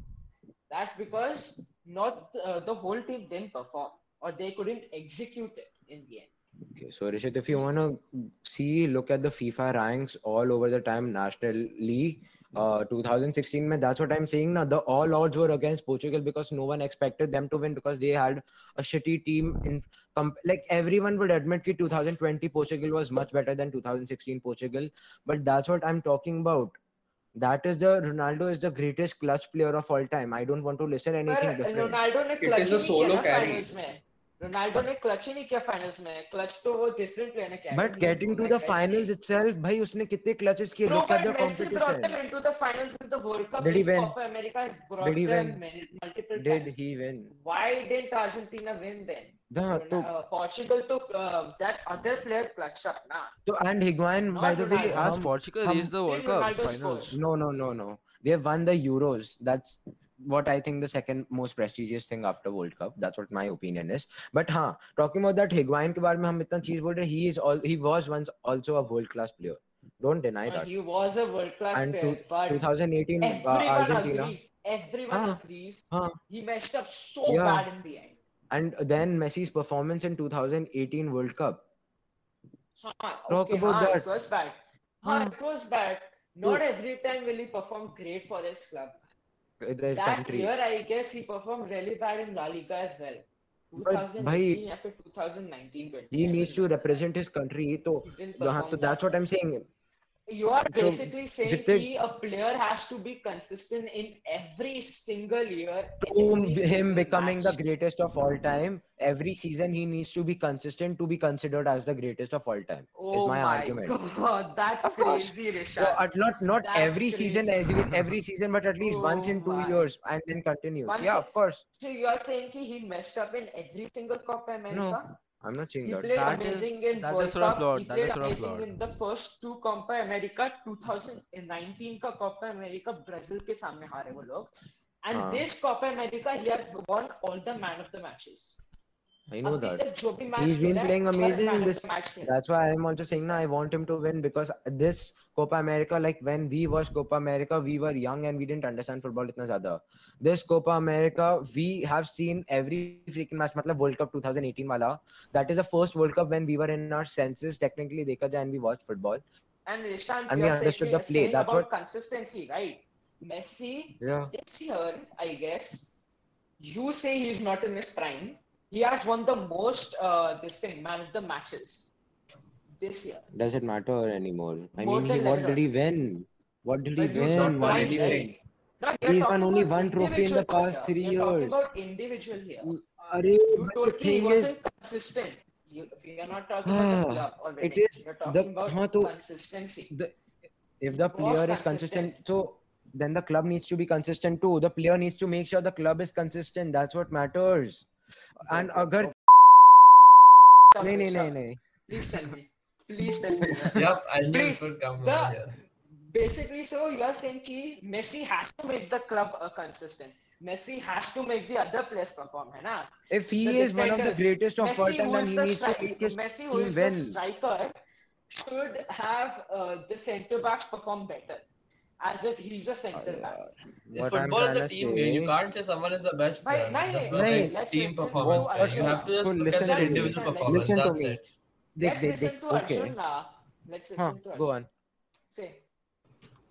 S5: That's because not uh, the whole team didn't perform or they couldn't execute it in the end.
S1: Okay, so Rishit, if you wanna see, look at the FIFA ranks all over the time nationally. Uh, 2016, mein, that's what I'm saying. Now the all odds were against Portugal because no one expected them to win because they had a shitty team. In com- like everyone would admit that 2020 Portugal was much better than 2016 Portugal, but that's what I'm talking about. That is the Ronaldo is the greatest clutch player of all time. I don't want to listen anything
S5: पर
S1: different.
S5: Ronaldo ने
S4: It
S5: clutch
S4: is
S5: ही
S4: a
S5: नहीं
S4: solo
S5: किया
S4: carry.
S5: Finals में Ronaldo ने clutch ही नहीं किया फाइनल्स में क्लच तो वो डिफरेंट प्लेयर ने किया
S1: But getting to the finals itself, भाई उसने कितने clutches किए?
S5: No,
S1: Look
S5: but
S1: at the
S5: Messi brought them
S1: competition.
S5: into the finals of the World Cup.
S1: Did he
S5: in
S1: win?
S5: Copa America has brought
S1: Did he
S5: them
S1: win?
S5: many- multiple
S1: Did
S5: times.
S1: he Ah, win?
S5: Why didn't Argentina win then?
S1: हाँ, तो
S5: uh, Portugal took uh, that other player clutched up, nah.
S1: तो and Higuain by the way
S5: Ronaldo.
S3: Has
S1: um,
S3: Portugal reached the World Cup
S5: Ronaldo scored.
S3: finals?
S1: no no no no they have won the Euros that's what I think the second most prestigious thing after World Cup that's what my opinion is but हाँ talking about that Higuain के बारे में हम इतना चीज बोल रहे हैं, he is all he was once also a world class player don't deny
S5: Uh,
S1: that
S5: he was a world class
S1: and
S5: player, but
S1: 2018 uh,
S5: everyone
S1: Argentina
S5: agrees. Everyone
S1: हाँ,
S5: agrees.
S1: हाँ.
S5: He messed up so
S1: Yeah.
S5: bad in the end.
S1: and then Messi's performance in 2018 World Cup
S5: Huh,
S1: Talk
S5: okay,
S1: about
S5: huh,
S1: that. Ah.
S5: it was bad. Huh,
S1: Huh.
S5: it was bad. Not every time will he perform great for his club.
S1: there's
S5: That
S1: country
S5: year, I guess he performed really bad in La Liga as well.
S1: But,
S5: 2018 after 2019, but
S1: he needs to represent his country तो
S5: He didn't
S1: यहाँ
S5: perform
S1: तो that's what I'm saying
S5: You are
S1: So,
S5: basically saying
S1: जितने-
S5: कि a player has to be consistent in every single year.
S1: to
S5: every
S1: him
S5: single
S1: becoming the
S5: match.
S1: greatest of all time every season he needs to be consistent to be considered as the greatest of all time
S5: Oh
S1: is my,
S5: my
S1: argument
S5: God, that's
S1: Of course.
S5: crazy, Rishabh.
S1: so at not not
S5: That's
S1: every season as with every season but at least once
S5: Oh
S1: in two
S5: my.
S1: years and then continues
S5: Once
S1: yeah
S5: in-
S1: of course
S5: So you are saying कि he messed up in every single Copa America?
S1: i'm not saying
S5: He
S1: that
S5: played
S3: That is-
S5: amazing in
S3: that
S5: World
S3: is sort of
S5: Cup.
S3: flawed.
S5: He
S3: That
S5: played
S3: is sort of
S5: amazing
S3: flawed.
S5: in the first two Copa America, 2019 का Copa America Brazil के सामने हारे वो लोग. And
S1: हाँ.
S5: this Copa America, he has won all the man of the matches.
S1: i know
S5: अभी
S1: that
S5: तक जो भी match
S1: He's been
S5: खेला है,
S1: playing
S5: her
S1: amazing
S5: man
S1: in
S5: of
S1: this-
S5: the match खेला है.
S1: That's why I'm also saying now I want him to win because this Copa America, like when we watched Copa America, we were young and we didn't understand football itna zyada. This Copa America, we have seen every freaking match. Matlab World Cup 2018 wala. That is the first World Cup when we were in our senses technically dekha jaye and we watched football.
S5: And Rishan,
S1: And
S5: you
S1: we
S5: are
S1: understood
S5: saying,
S1: the play.
S5: saying
S1: That's
S5: about
S1: what-
S5: consistency, right? Messi
S1: Yeah.
S5: this year, I guess, you say he's not in his prime. He has won the most, uh, this thing, man of the matches this year.
S1: Does it matter anymore? I
S5: More
S1: mean,
S5: than
S1: he, what
S5: Leroy.
S1: did he win? What did he
S5: But he's not
S1: win? What
S5: prime,
S1: did he
S5: right?
S1: win?
S5: No, we are
S1: He's
S5: talking
S1: won only
S5: about
S1: one trophy in the
S5: individual
S1: past
S5: player.
S1: three
S5: we are
S1: years.
S5: talking about individual here.
S1: Arey,
S5: You
S1: but
S5: told
S1: the
S5: me he
S1: thing is, Ah,
S5: wasn't consistent. You, we are not talking about the club already.
S1: it is
S5: You're
S1: the-
S5: talking about
S1: हाँ, तो-
S5: consistency.
S1: the if the
S5: Was
S1: player is
S5: consistent.
S1: consistent so then the club needs to be consistent too the player needs to make sure the club is consistent that's what matters and agar
S5: Stop,
S1: nahi nahi nahi
S5: Rishabh.
S1: nahi
S5: Please tell me. Please tell me.
S2: Yep, I knew this
S5: Please,
S2: would come
S5: the-
S2: over here.
S5: Basically, so you are saying ki Messi has to make the club uh, consistent. Messi has to make the other players perform, hai na?
S1: If he
S5: The
S1: is one of the
S5: defenders.
S1: greatest of all
S5: Messi,
S1: time,
S5: who
S1: then
S5: is
S1: तो he
S5: the
S1: needs to
S5: stri-
S1: make his
S5: Messi, who
S1: team
S5: is
S1: win.
S5: the striker, should have uh, the centre backs perform better, as if he's a centre
S1: Uh,
S5: back.
S1: What I'm
S2: Football is
S1: trying
S2: a
S1: to
S2: team
S1: say-
S2: game. You can't say someone is the best
S5: Why-
S2: player.
S5: why-
S2: That's
S5: why-
S2: not
S1: why-
S2: like
S5: let's
S2: team
S5: listen to
S2: performance.
S5: Arjun.
S2: Right? You have to just
S1: Cool,
S2: look at
S1: listen
S2: their
S1: to me.
S2: individual
S5: Listen
S2: performance.
S1: to
S2: That's
S1: me.
S2: it.
S1: They,
S5: Let's
S1: they, they,
S5: listen to
S1: okay.
S5: Arjun now. Let's listen
S1: Huh,
S5: to Arjun.
S1: go on.
S5: Say.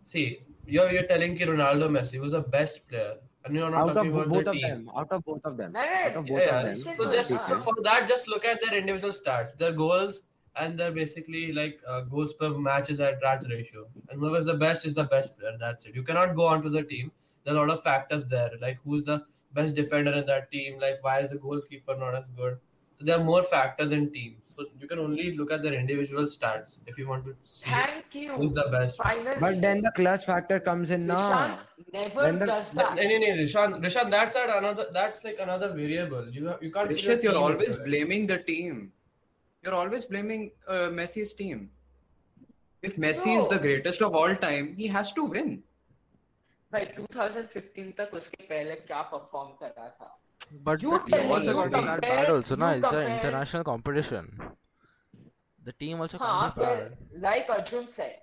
S2: See, you're you're telling ki Ronaldo Messi was the best player, and you're not
S1: Out of
S2: talking
S1: bo-
S2: about
S1: both
S2: the
S1: of
S2: team.
S1: them. Out of both of them.
S5: No, no,
S1: Out of
S5: no,
S1: both
S2: yeah,
S1: of them.
S5: listen
S2: so
S4: uh,
S5: to
S2: just
S5: us.
S2: so for that, just look at their individual stats, their goals, and their basically like uh, goals per matches at that ratio. And whoever's the best is the best player. That's it. You cannot go on to the team. There's a lot of factors there, like who's the best defender in that team, like why is the goalkeeper not as good. So there are more factors in teams. So you can only look at their individual stats if you want to see
S5: Thank you.
S2: who's the best.
S5: Finally.
S1: But then the clutch factor comes in now.
S5: Nishant never
S1: Then the-
S5: does
S2: No,
S5: that.
S2: no, no, Rishan, Rishan, that's at another. That's like another variable. You have, you can't. give your
S4: Rishit, you're
S2: team
S4: always
S2: into it.
S4: blaming the team. You're always blaming uh, Messi's team. If Messi is
S5: No.
S4: the greatest of all time, he has to win.
S5: भाई 2015 तक उसके पहले क्या perform कर रहा था
S3: But
S5: You
S3: the
S5: tell
S3: team
S5: me,
S3: also
S5: you
S3: got to be that
S5: compare-
S3: bad also, na?
S5: you
S3: It's an
S5: compare-
S3: international competition. The team
S1: तो
S3: also
S5: हाँ
S3: can't be bad.
S5: फिर like Arjun said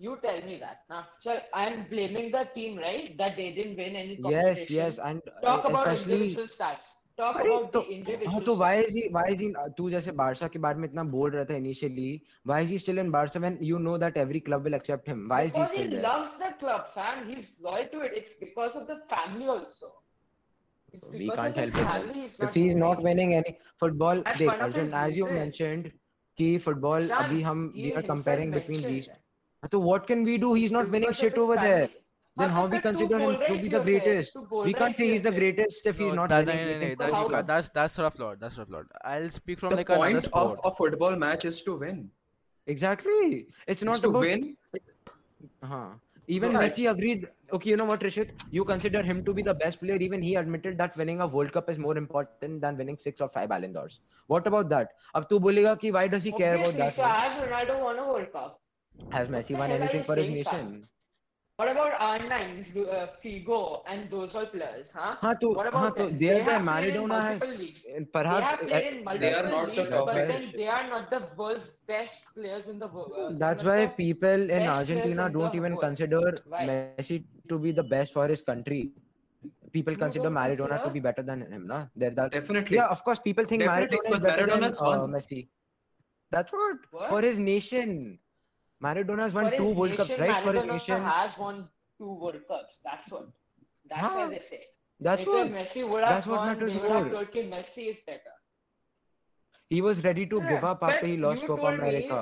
S5: you tell me that ना चल I am blaming the team right that they didn't win any
S1: Yes,
S5: competition
S1: yes, and
S5: talk about
S1: especially
S5: individual stats talk
S1: अरे
S5: about
S1: तो
S5: the individual
S1: हाँ तो
S5: stats.
S1: why is he why is he तू जैसे Barça के बारे में इतना बोल रहा था initially why is he still in Barca when you know that every club will accept him why is he
S5: because
S1: still
S5: he
S1: there
S5: loves the club fam he's loyal to it it's because of the family also it's
S1: we
S5: because
S1: can't
S5: of
S1: help
S5: his
S1: it then.
S5: family he's
S1: if he's
S5: doing
S1: not
S5: it.
S1: winning any football
S5: That's
S1: देख
S5: one of
S1: Arjun
S5: his
S1: as you
S5: reasons.
S1: mentioned कि football
S5: Shan,
S1: अभी हम
S5: he
S1: we are
S5: himself
S1: comparing between
S5: mentioned
S1: these
S5: that.
S1: so what can we do he's not winning
S5: Because of
S1: shit
S5: his
S1: over there
S5: family.
S1: then
S5: But
S1: how
S5: if
S1: we
S5: it- to
S1: consider him to
S5: Bolright
S1: be
S5: you
S1: the
S5: are there,
S1: greatest
S5: to
S1: we
S5: Bolright
S1: can't say
S5: you
S1: he's
S5: are
S1: the
S5: there.
S1: greatest if he's
S3: No,
S1: not
S3: that, no,
S1: winning
S3: no, no,
S1: anything
S3: that
S1: for
S5: how
S3: you
S1: his
S3: can't.
S1: club.
S3: That's that's sort of flawed. That's sort of flawed. I'll speak from
S4: The
S3: like another
S4: point of
S3: sport.
S4: a football match is to win.
S1: exactly it's
S4: It's
S1: not
S4: to
S1: about
S4: win.
S1: Huh. हाँ। Even
S4: So, I-
S1: Messi agreed. Okay, you know what, Rishit? You consider him to be the best player. Even he admitted that winning a World Cup is more important than winning six or five Ballon d'Ors. What about that? अब तू बोलेगा कि why does he care about
S5: Obviously,
S1: that?
S5: so
S1: man?
S5: has Ronaldo won a World Cup?
S1: Has Messi
S5: the
S1: won
S5: hell are
S1: anything
S5: you
S1: for his
S5: saying, Sam?
S1: nation?
S5: What about R9, uh, Figo, and those all players, huh?
S1: हाँ तो
S5: What about
S1: हाँ तो
S5: them?
S1: they are
S5: have
S1: there.
S5: played in
S1: Maradona
S5: multiple
S1: है.
S5: leagues. They
S1: Perhaps uh,
S5: have played in
S4: uh,
S5: multiple
S4: They are not the
S5: leagues,
S4: top
S5: but then
S4: players.
S5: they are not the world's best players in the world.
S1: That's why people in
S5: Best
S1: Argentina
S5: players in
S1: don't
S5: the
S1: even
S5: world.
S1: consider
S5: Why?
S1: Messi to be the best for his country. People
S5: You
S1: consider
S5: don't
S1: Maradona to
S5: consider?
S1: be better than him, na? They're that.
S4: Definitely.
S1: Yeah, of course, people think
S4: Definitely,
S1: Maradona is
S4: because
S1: better than
S4: Maradona's
S1: uh,
S4: won.
S1: Messi. That's what.
S5: What?
S1: For his nation. Maradona's won
S5: For
S1: two
S5: his
S1: World Cups,
S5: nation,
S1: right? For his
S5: Maradona
S1: nation.
S5: has won two World Cups. That's what. That's
S1: Huh?
S5: why they say.
S1: That's
S5: if
S1: what.
S5: Messi would have
S1: That's what
S5: won,
S1: matters
S5: they would have
S1: more.
S5: told you Messi is better.
S1: He was ready to give
S5: Yeah,
S1: up after
S5: but
S1: he lost
S5: you
S1: Copa
S5: told me-
S1: America.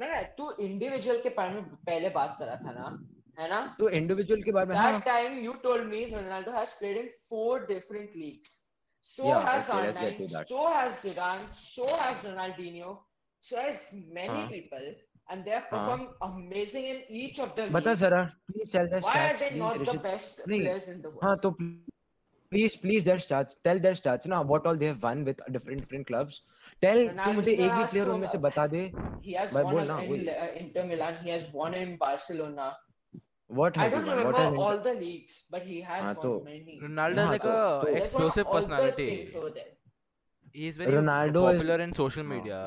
S5: ना ना तू individual के बारे में पहले बात कर रहा था ना है ना
S1: तो इंडिविजुअल के बारे में हाँ
S5: That time you told me Ronaldo has played in four different leagues. So
S1: Yeah,
S5: has
S1: okay, let's get to
S5: R9,
S1: that.
S5: so has Zidane, so has Ronaldinho, so has many
S1: Huh.
S5: people, and they have
S1: Huh.
S5: performed amazing in each of the
S1: बता
S5: leagues.
S1: जरा please tell their
S5: Why are
S1: stats
S5: they
S1: please
S5: not the
S1: Rishit
S5: best
S1: नहीं,
S5: players in the world?
S1: हाँ तो please please their stats tell their stats ना what all they have won with different different clubs tell तू मुझे
S4: तो
S5: Ronaldo
S1: एक भी
S5: has
S1: player
S5: so
S1: उनमें से
S5: much-
S1: बता दे
S5: He has
S1: भाई
S5: won
S1: बोल
S5: in
S1: ना, बोल।
S5: uh, Inter Milan. He has won in Barcelona.
S1: what
S5: I
S1: has he
S5: don't
S1: won Ah, what
S5: remember
S1: has
S5: all the leagues, but he has
S1: हाँ,
S5: won
S1: तो
S5: many.
S3: Ronaldo is
S1: Yeah,
S3: like
S1: so-
S3: a
S1: so-
S5: He has won
S3: explosive
S5: all the
S3: personality.
S5: things over there.
S3: He's very
S1: Ronaldo is-
S3: popular in social
S1: हाँ.
S3: media.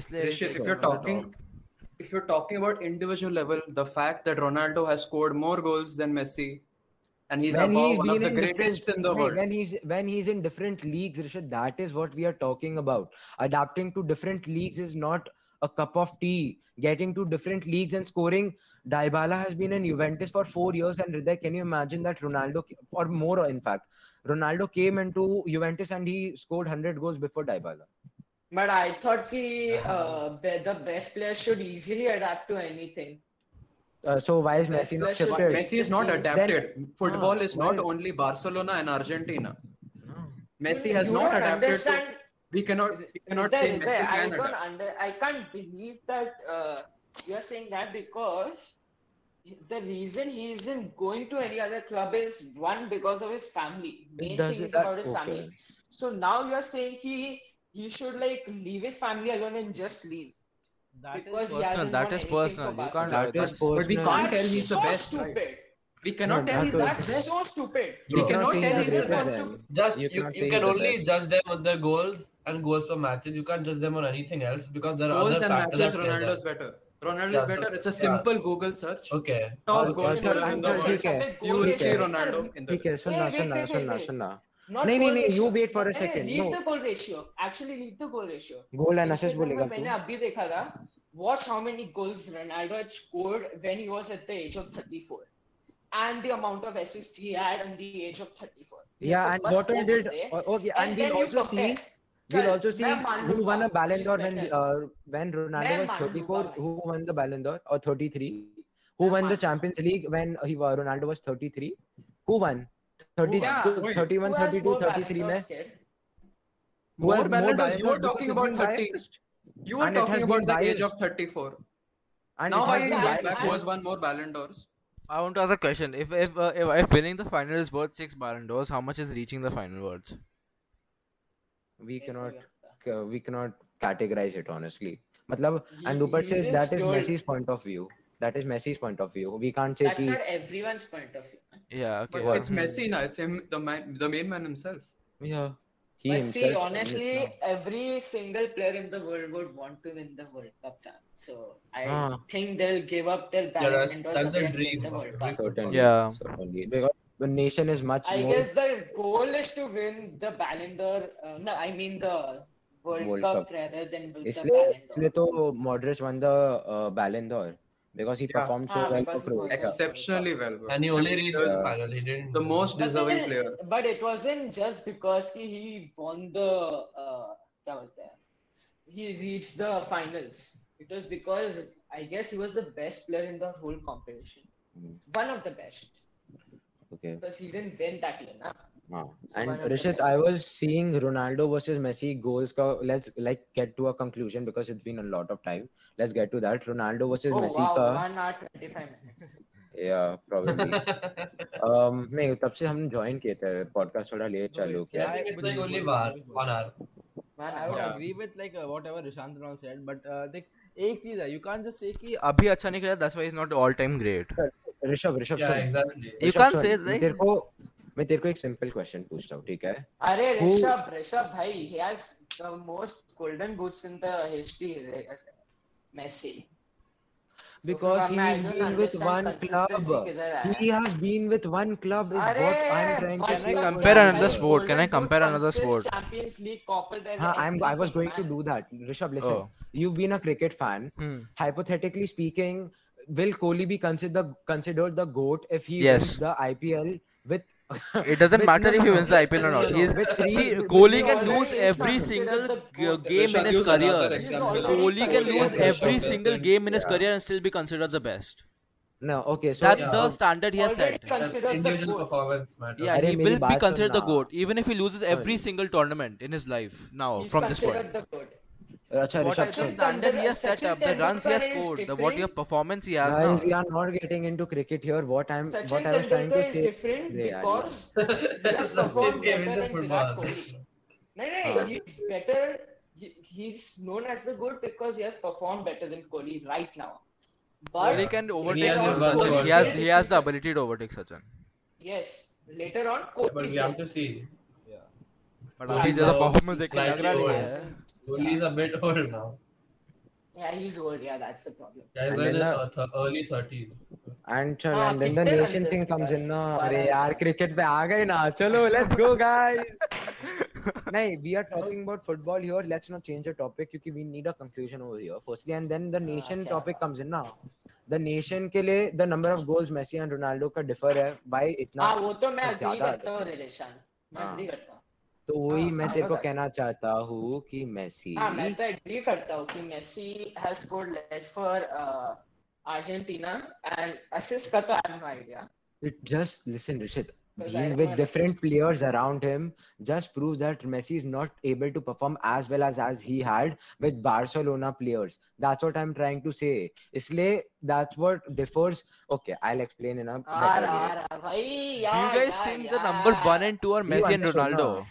S3: इसलिए
S4: Rishit,
S3: he's
S4: if you're
S3: on the
S4: talking,
S3: top.
S4: if you're talking about individual level, the fact that Ronaldo has scored more goals than Messi, and he's
S1: when
S4: above
S1: he's
S4: one
S1: been
S4: of the
S1: in different-
S4: greatest in the
S1: Hey,
S4: world.
S1: when he's when he's in different leagues Rishit that is what we are talking about adapting to different leagues is not a cup of tea getting to different leagues and scoring Dybala has been in Juventus for 4 years and Hriday can you imagine that Ronaldo ca- or more in fact Ronaldo came into Juventus and he scored 100 goals before Dybala
S5: But I thought ki,
S4: Uh-huh.
S5: uh, be, the best player should easily adapt to anything.
S1: Uh, so why is Messi not
S5: Especially
S1: shifted
S4: Messi is not
S5: Then-
S4: adapted. Football is not
S1: well-
S4: only Barcelona and Argentina. Messi
S5: You
S4: has not
S5: don't
S4: adapted. To,
S5: understand.
S4: we cannot. We cannot
S5: There-
S4: say Messi
S5: there, I
S4: can
S5: don't
S4: adapt.
S5: under, I can't believe that uh, you're saying that because the reason he isn't going to any other club is one because of his family. Main
S1: Does it
S5: thing is
S1: that-
S5: about his
S1: okay.
S5: family. So now you're saying ki he should like leave his family alone and just leave.
S3: That is
S5: Because he
S3: personal.
S5: hasn't
S3: That is
S5: won anything for
S3: personal. You can't
S5: Barcelona.
S3: have
S1: That is
S3: that.
S1: personal.
S4: But we can't
S5: That's
S4: tell he's the
S5: so
S4: best.
S5: stupid.
S4: We cannot
S1: No,
S4: tell he's the
S5: That's
S4: best.
S5: so stupid.
S4: We cannot
S1: say
S4: tell
S1: he's
S4: he's the
S1: better
S4: best.
S1: than-
S2: Just
S1: You
S2: you, you,
S1: can't say
S2: can
S1: the
S2: only
S1: best.
S2: judge them on their goals and goals from matches. You can't judge them on anything else because there are
S4: Goals
S2: other
S4: and
S2: factors.
S4: matches,
S2: that play there.
S4: Ronaldo's better. Ronaldo
S2: Yeah,
S4: is better.
S2: those-
S4: It's a
S2: yeah.
S4: simple Google search.
S2: Okay.
S4: Top
S2: Okay.
S4: goals
S1: Okay,
S4: for
S1: I'm
S4: in the
S1: just-
S4: world. You will
S1: Okay.
S4: see Ronaldo in the
S1: ठीक है सुनना
S5: Hey, wait,
S1: सुनना
S5: wait, wait,
S1: सुनना
S5: wait.
S1: सुनना
S5: Not
S1: नहीं,
S5: goal
S1: नहीं, नहीं,
S5: ratio.
S1: you wait for a
S5: Hey,
S1: second,
S5: leave
S1: no.
S5: the goal ratio. Actually, leave the goal ratio.
S1: Goal and
S5: पिछले
S1: असिस्ट बोलेगा तो।
S5: में मैंने
S1: तू
S5: अभी देखा था watch how many goals Ronaldo had scored when he was at the age of 34 and the amount of assists he had on the age of 34
S1: या
S5: तो
S1: एंड
S5: बस
S1: व्हाट
S5: वो
S1: डिड
S5: होते हैं।
S1: Okay and
S5: And then
S1: we
S5: you
S1: also see
S5: compare.
S1: We'll
S5: चल,
S1: also see
S5: मैं मान
S1: who
S5: लूंगा,
S1: won a Ballon
S5: he's
S1: d'Or when
S5: better.
S1: uh, when Ronaldo
S5: मैं
S1: was
S5: मान
S1: 34,
S5: लूंगा भाई।
S1: who won the Ballon d'Or or 33? Who
S5: मैं
S1: won the
S5: मान-
S1: Champions League when he wa- Ronaldo was 33? Who won? 30,
S5: Yeah,
S1: two-
S4: wait.
S1: 31,
S5: Who has
S1: 32,
S5: more
S1: 33
S5: Ballon
S1: में
S5: d'Ors, kid?
S1: who
S4: More
S1: has
S4: Ballon d'Ors?
S1: Ballon
S4: You were
S1: d'Ors
S4: talking
S1: because
S4: about
S1: he's been
S4: 30.
S1: biased.
S4: You were
S1: And it
S4: talking
S1: has
S4: about
S1: been
S4: the age
S1: biased.
S4: of 34.
S1: And
S4: Now
S1: it has
S4: why
S5: I-
S1: been
S5: I-
S4: back
S1: biased.
S5: I-
S4: back was one more Ballon d'Ors?
S3: I want to ask a question. If if uh, if, if winning the final is worth six Ballon d'Ors, how much is reaching the final worth?
S1: We cannot uh, we cannot categorize it honestly. मतलब
S5: He-
S1: and Rupert
S5: he
S1: says
S5: just
S1: that is
S5: told-
S1: Messi's point of view. That is Messi's point of view. We can't say
S5: That's
S1: कि-
S5: not everyone's point of view.
S3: Yeah. Okay.
S4: But
S3: yeah.
S4: it's Messi now. It's him, the man, the main man himself.
S1: yeah. He
S5: But
S1: himself
S5: see,
S1: admits
S5: honestly,
S1: now.
S5: every single player in the world would want to win the World Cup, fam. So I
S1: Ah.
S5: think they'll give up their Ballon
S2: that's-
S5: d'Ors
S2: that's the
S5: away and win
S2: dream
S5: the
S2: of
S5: World
S2: every
S5: Cup.
S1: Certainly.
S3: Yeah.
S1: Certainly. Because the nation is much
S5: I
S1: more.
S5: guess the goal is to win the Ballon d'Or. Uh, no, I mean the World,
S1: World
S5: Cup,
S1: Cup.
S5: rather than win the
S1: इसलिए
S5: Ballon
S1: इसलिए
S5: d'Or.
S1: तो Modric won the uh, Ballon d'Or because he
S4: Yeah.
S1: performed so
S5: Ah,
S1: well for
S5: because he was
S1: Croatia.
S5: excellent.
S4: Exceptionally well. bro.
S2: And he only reached
S4: Yeah.
S3: uh,
S2: the final. He didn't.
S4: The most
S5: But
S4: deserving
S5: it-
S4: player.
S5: But it wasn't just because he- he won the uh, क्या बोलते हैं? he reached the finals. It was because I guess he was the best player in the whole competition.
S1: Hmm.
S5: One of the best.
S1: Okay.
S5: Because he didn't win that year, na?
S1: हाँ.
S5: So one
S1: And
S5: of the
S1: Rishit,
S5: best.
S1: I was seeing Ronaldo versus Messi goals. Ka, let's like get to a conclusion because it's been a lot of time. Let's get to that. Ronaldo versus
S5: Oh
S1: Messi
S5: wow,
S1: का
S5: one hour twenty-five minutes.
S1: yeah probably um
S5: हम्म।
S1: नहीं तब से हम join किए थे podcast थोड़ा late चालू किया
S2: I think
S3: I
S2: it's like
S3: believe
S2: only
S3: it.
S2: one, one hour.
S5: One
S3: I would
S5: hour.
S4: Yeah.
S3: agree with like uh, whatever Rishant and all said, but uh, देख एक चीज है you can't just say कि अभी अच्छा नहीं खेला that's why he's not all time great.
S1: Rishabh Rishabh
S2: Yeah,
S1: soon
S2: exactly.
S3: You
S1: Rishabh
S3: can't
S1: soon
S3: say
S1: मैं
S3: like
S1: तेरे को मैं तेरे को एक simple question पूछता हूँ ठीक है
S5: अरे
S1: Who-
S5: ऋषभ ऋषभ भाई he has the most golden boots in the history Messi So
S1: because
S5: from
S1: he
S5: I
S1: has
S5: don't
S1: been with one
S5: understand
S1: club
S5: consistency किधर आया
S1: he has been with one club is
S5: अरे,
S1: what I'm trying to
S3: Can I
S5: one
S1: say
S5: club
S3: compare
S5: won
S3: another
S5: the
S3: sport? Can I
S5: Golden Boot
S3: compare
S5: from
S3: another
S5: six
S3: sport?
S5: Champions League Copa del Rey
S1: हाँ, I'm I was going to
S5: man.
S1: do that Rishabh listen
S3: Oh.
S1: you've been a cricket fan
S3: Hmm.
S1: hypothetically speaking will Kohli be considered considered the goat if he
S3: Yes.
S1: wins the IPL with
S3: It doesn't
S1: With-
S3: matter
S1: no,
S3: if he
S1: no,
S3: wins the IPL
S1: no,
S3: or not.
S1: no,
S3: He's
S1: with three-
S3: see
S1: with three
S3: Kohli can
S1: already
S3: lose
S1: is
S3: every
S1: fine.
S3: single
S5: Considered
S3: g-
S5: the goat.
S3: game in
S4: Rishad
S3: his
S4: used another
S3: career.
S4: example.
S5: already
S3: Kohli can
S5: Kohli
S3: lose
S5: has
S3: every
S5: Rishab
S3: single game in his career and still be considered the best.
S1: No, okay, so
S3: That's
S1: uh,
S3: the standard he has
S5: Already
S3: set.
S2: That
S5: considered the
S2: individual
S5: goat.
S2: performance matters.
S3: Yeah,
S1: Arey,
S3: he
S1: मेरी
S3: will be
S1: बात
S3: considered the
S1: सुनना।
S3: goat even if he loses every
S1: Sorry.
S3: single tournament in his life now
S5: He's
S3: Oh, from this point.
S5: considered the goat.
S1: अच्छा
S3: What
S1: Rishabh
S3: is the
S1: soon
S5: Sachin
S3: standard he has
S5: Tendulkar-
S3: set up, the
S5: Sachin
S3: runs he has
S5: Tendulkar is
S3: scored, the what your
S5: different.
S3: performance he has
S1: Guys, we
S3: now.
S1: are not getting into cricket here. What I'm,
S5: Sachin
S1: what I was trying to
S5: Tendulkar
S1: say.
S5: is different
S1: Yeah, yeah.
S5: because he has
S2: Sachin
S5: performed
S2: came
S5: better
S2: into
S5: than Virat
S2: football.
S5: Kohli. No, no,
S1: Huh.
S5: he's better. He, he's known as the good because he has performed better than Kohli right now. But
S3: Kohli can overtake
S2: has
S3: him,
S2: advanced
S3: Sachin.
S2: over.
S3: He has he has the ability to overtake Sachin.
S5: Yes, later on Kohli.
S2: But we have to see.
S3: But
S5: Yeah.
S3: अभी
S5: Kohli
S3: जैसा
S2: now
S3: performance देख के लग
S2: slightly
S3: रहा नहीं
S2: old.
S3: है.
S2: Kohli is a bit old now.
S5: Yeah, he's old. Yeah, that's the problem.
S2: Yeah, he's
S1: And
S2: in
S1: then
S2: his
S1: the-
S2: uh, th- early 30s.
S1: And चल,
S5: हाँ,
S1: and then the
S5: cricket वाले
S1: nation
S5: जैसे
S1: thing comes
S5: guys.
S1: in ना.
S5: बारह-
S1: अरे यार cricket पे आ गए ना. चलो let's go guys. नहीं, we are talking about football here. Let's not change the topic क्योंकि we need a conclusion over here. Firstly, and then the
S5: हाँ,
S1: nation
S5: क्या
S1: topic
S5: बात।
S1: comes in ना. The nation के लिए the number of goals Messi and Ronaldo का differ है by इतना
S5: हाँ Ah, वो तो मैं अग्री
S1: ज्यादा
S5: करता हूँ
S1: difference.
S5: रिलेशन मैं
S1: हाँ।
S5: अग्री करता हूँ
S1: तो वही
S5: हाँ,
S1: मैं
S5: हाँ,
S1: तेरे को
S5: बता।
S1: कहना चाहता हूँ कि मेसी
S5: हाँ मैं तो एग्री करता हूँ कि Messi has scored less for Argentina and assist का तो I have no idea
S1: It just listen, Rishit.
S5: Because I
S1: Being
S5: don't
S1: with
S5: wanna
S1: different
S5: assist.
S1: players around him just proves that Messi is not able to perform as well as as he had with Barcelona players. That's what I'm trying to say. Isliye, that's what differs. Okay, I'll explain in a
S5: आ
S1: better
S5: रहा आ
S1: way.
S5: रहा भाई
S3: Do you
S5: यार
S3: guys
S5: यार
S3: think the number
S5: यार।
S3: one and two are Messi and
S1: understood,
S3: Ronaldo?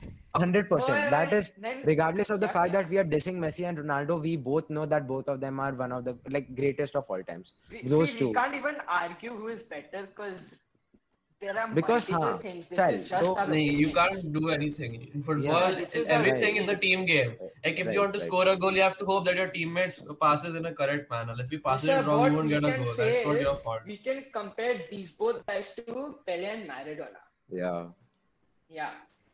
S1: hundred percent. That is
S5: Then-
S1: regardless of the
S5: ah. yeah,
S1: fact
S5: yeah.
S1: that we are dissing Messi and Ronaldo. We both know that both of them are one of the like greatest of all times.
S5: We,
S1: Those
S5: see,
S1: two.
S5: we can't even argue who is better because there are
S1: Because,
S5: multiple
S1: हाँ,
S5: things. This
S1: चल,
S5: is just
S1: दो-
S5: a
S2: Nee, you
S5: thing.
S2: can't do anything in football.
S5: this is
S2: in
S5: a-
S2: everything is a team game. Like if
S1: Right,
S2: you want to
S1: right.
S2: score a goal, you have to hope that your teammates passes in a correct manner. If you pass
S5: Sir,
S2: it wrong,
S5: what
S2: you won't
S5: we
S2: get a
S5: can
S2: goal.
S5: say
S2: That's not
S5: is
S2: your fault.
S5: We can compare these both guys to Pele and Maradona.
S1: Yeah.
S5: Yeah.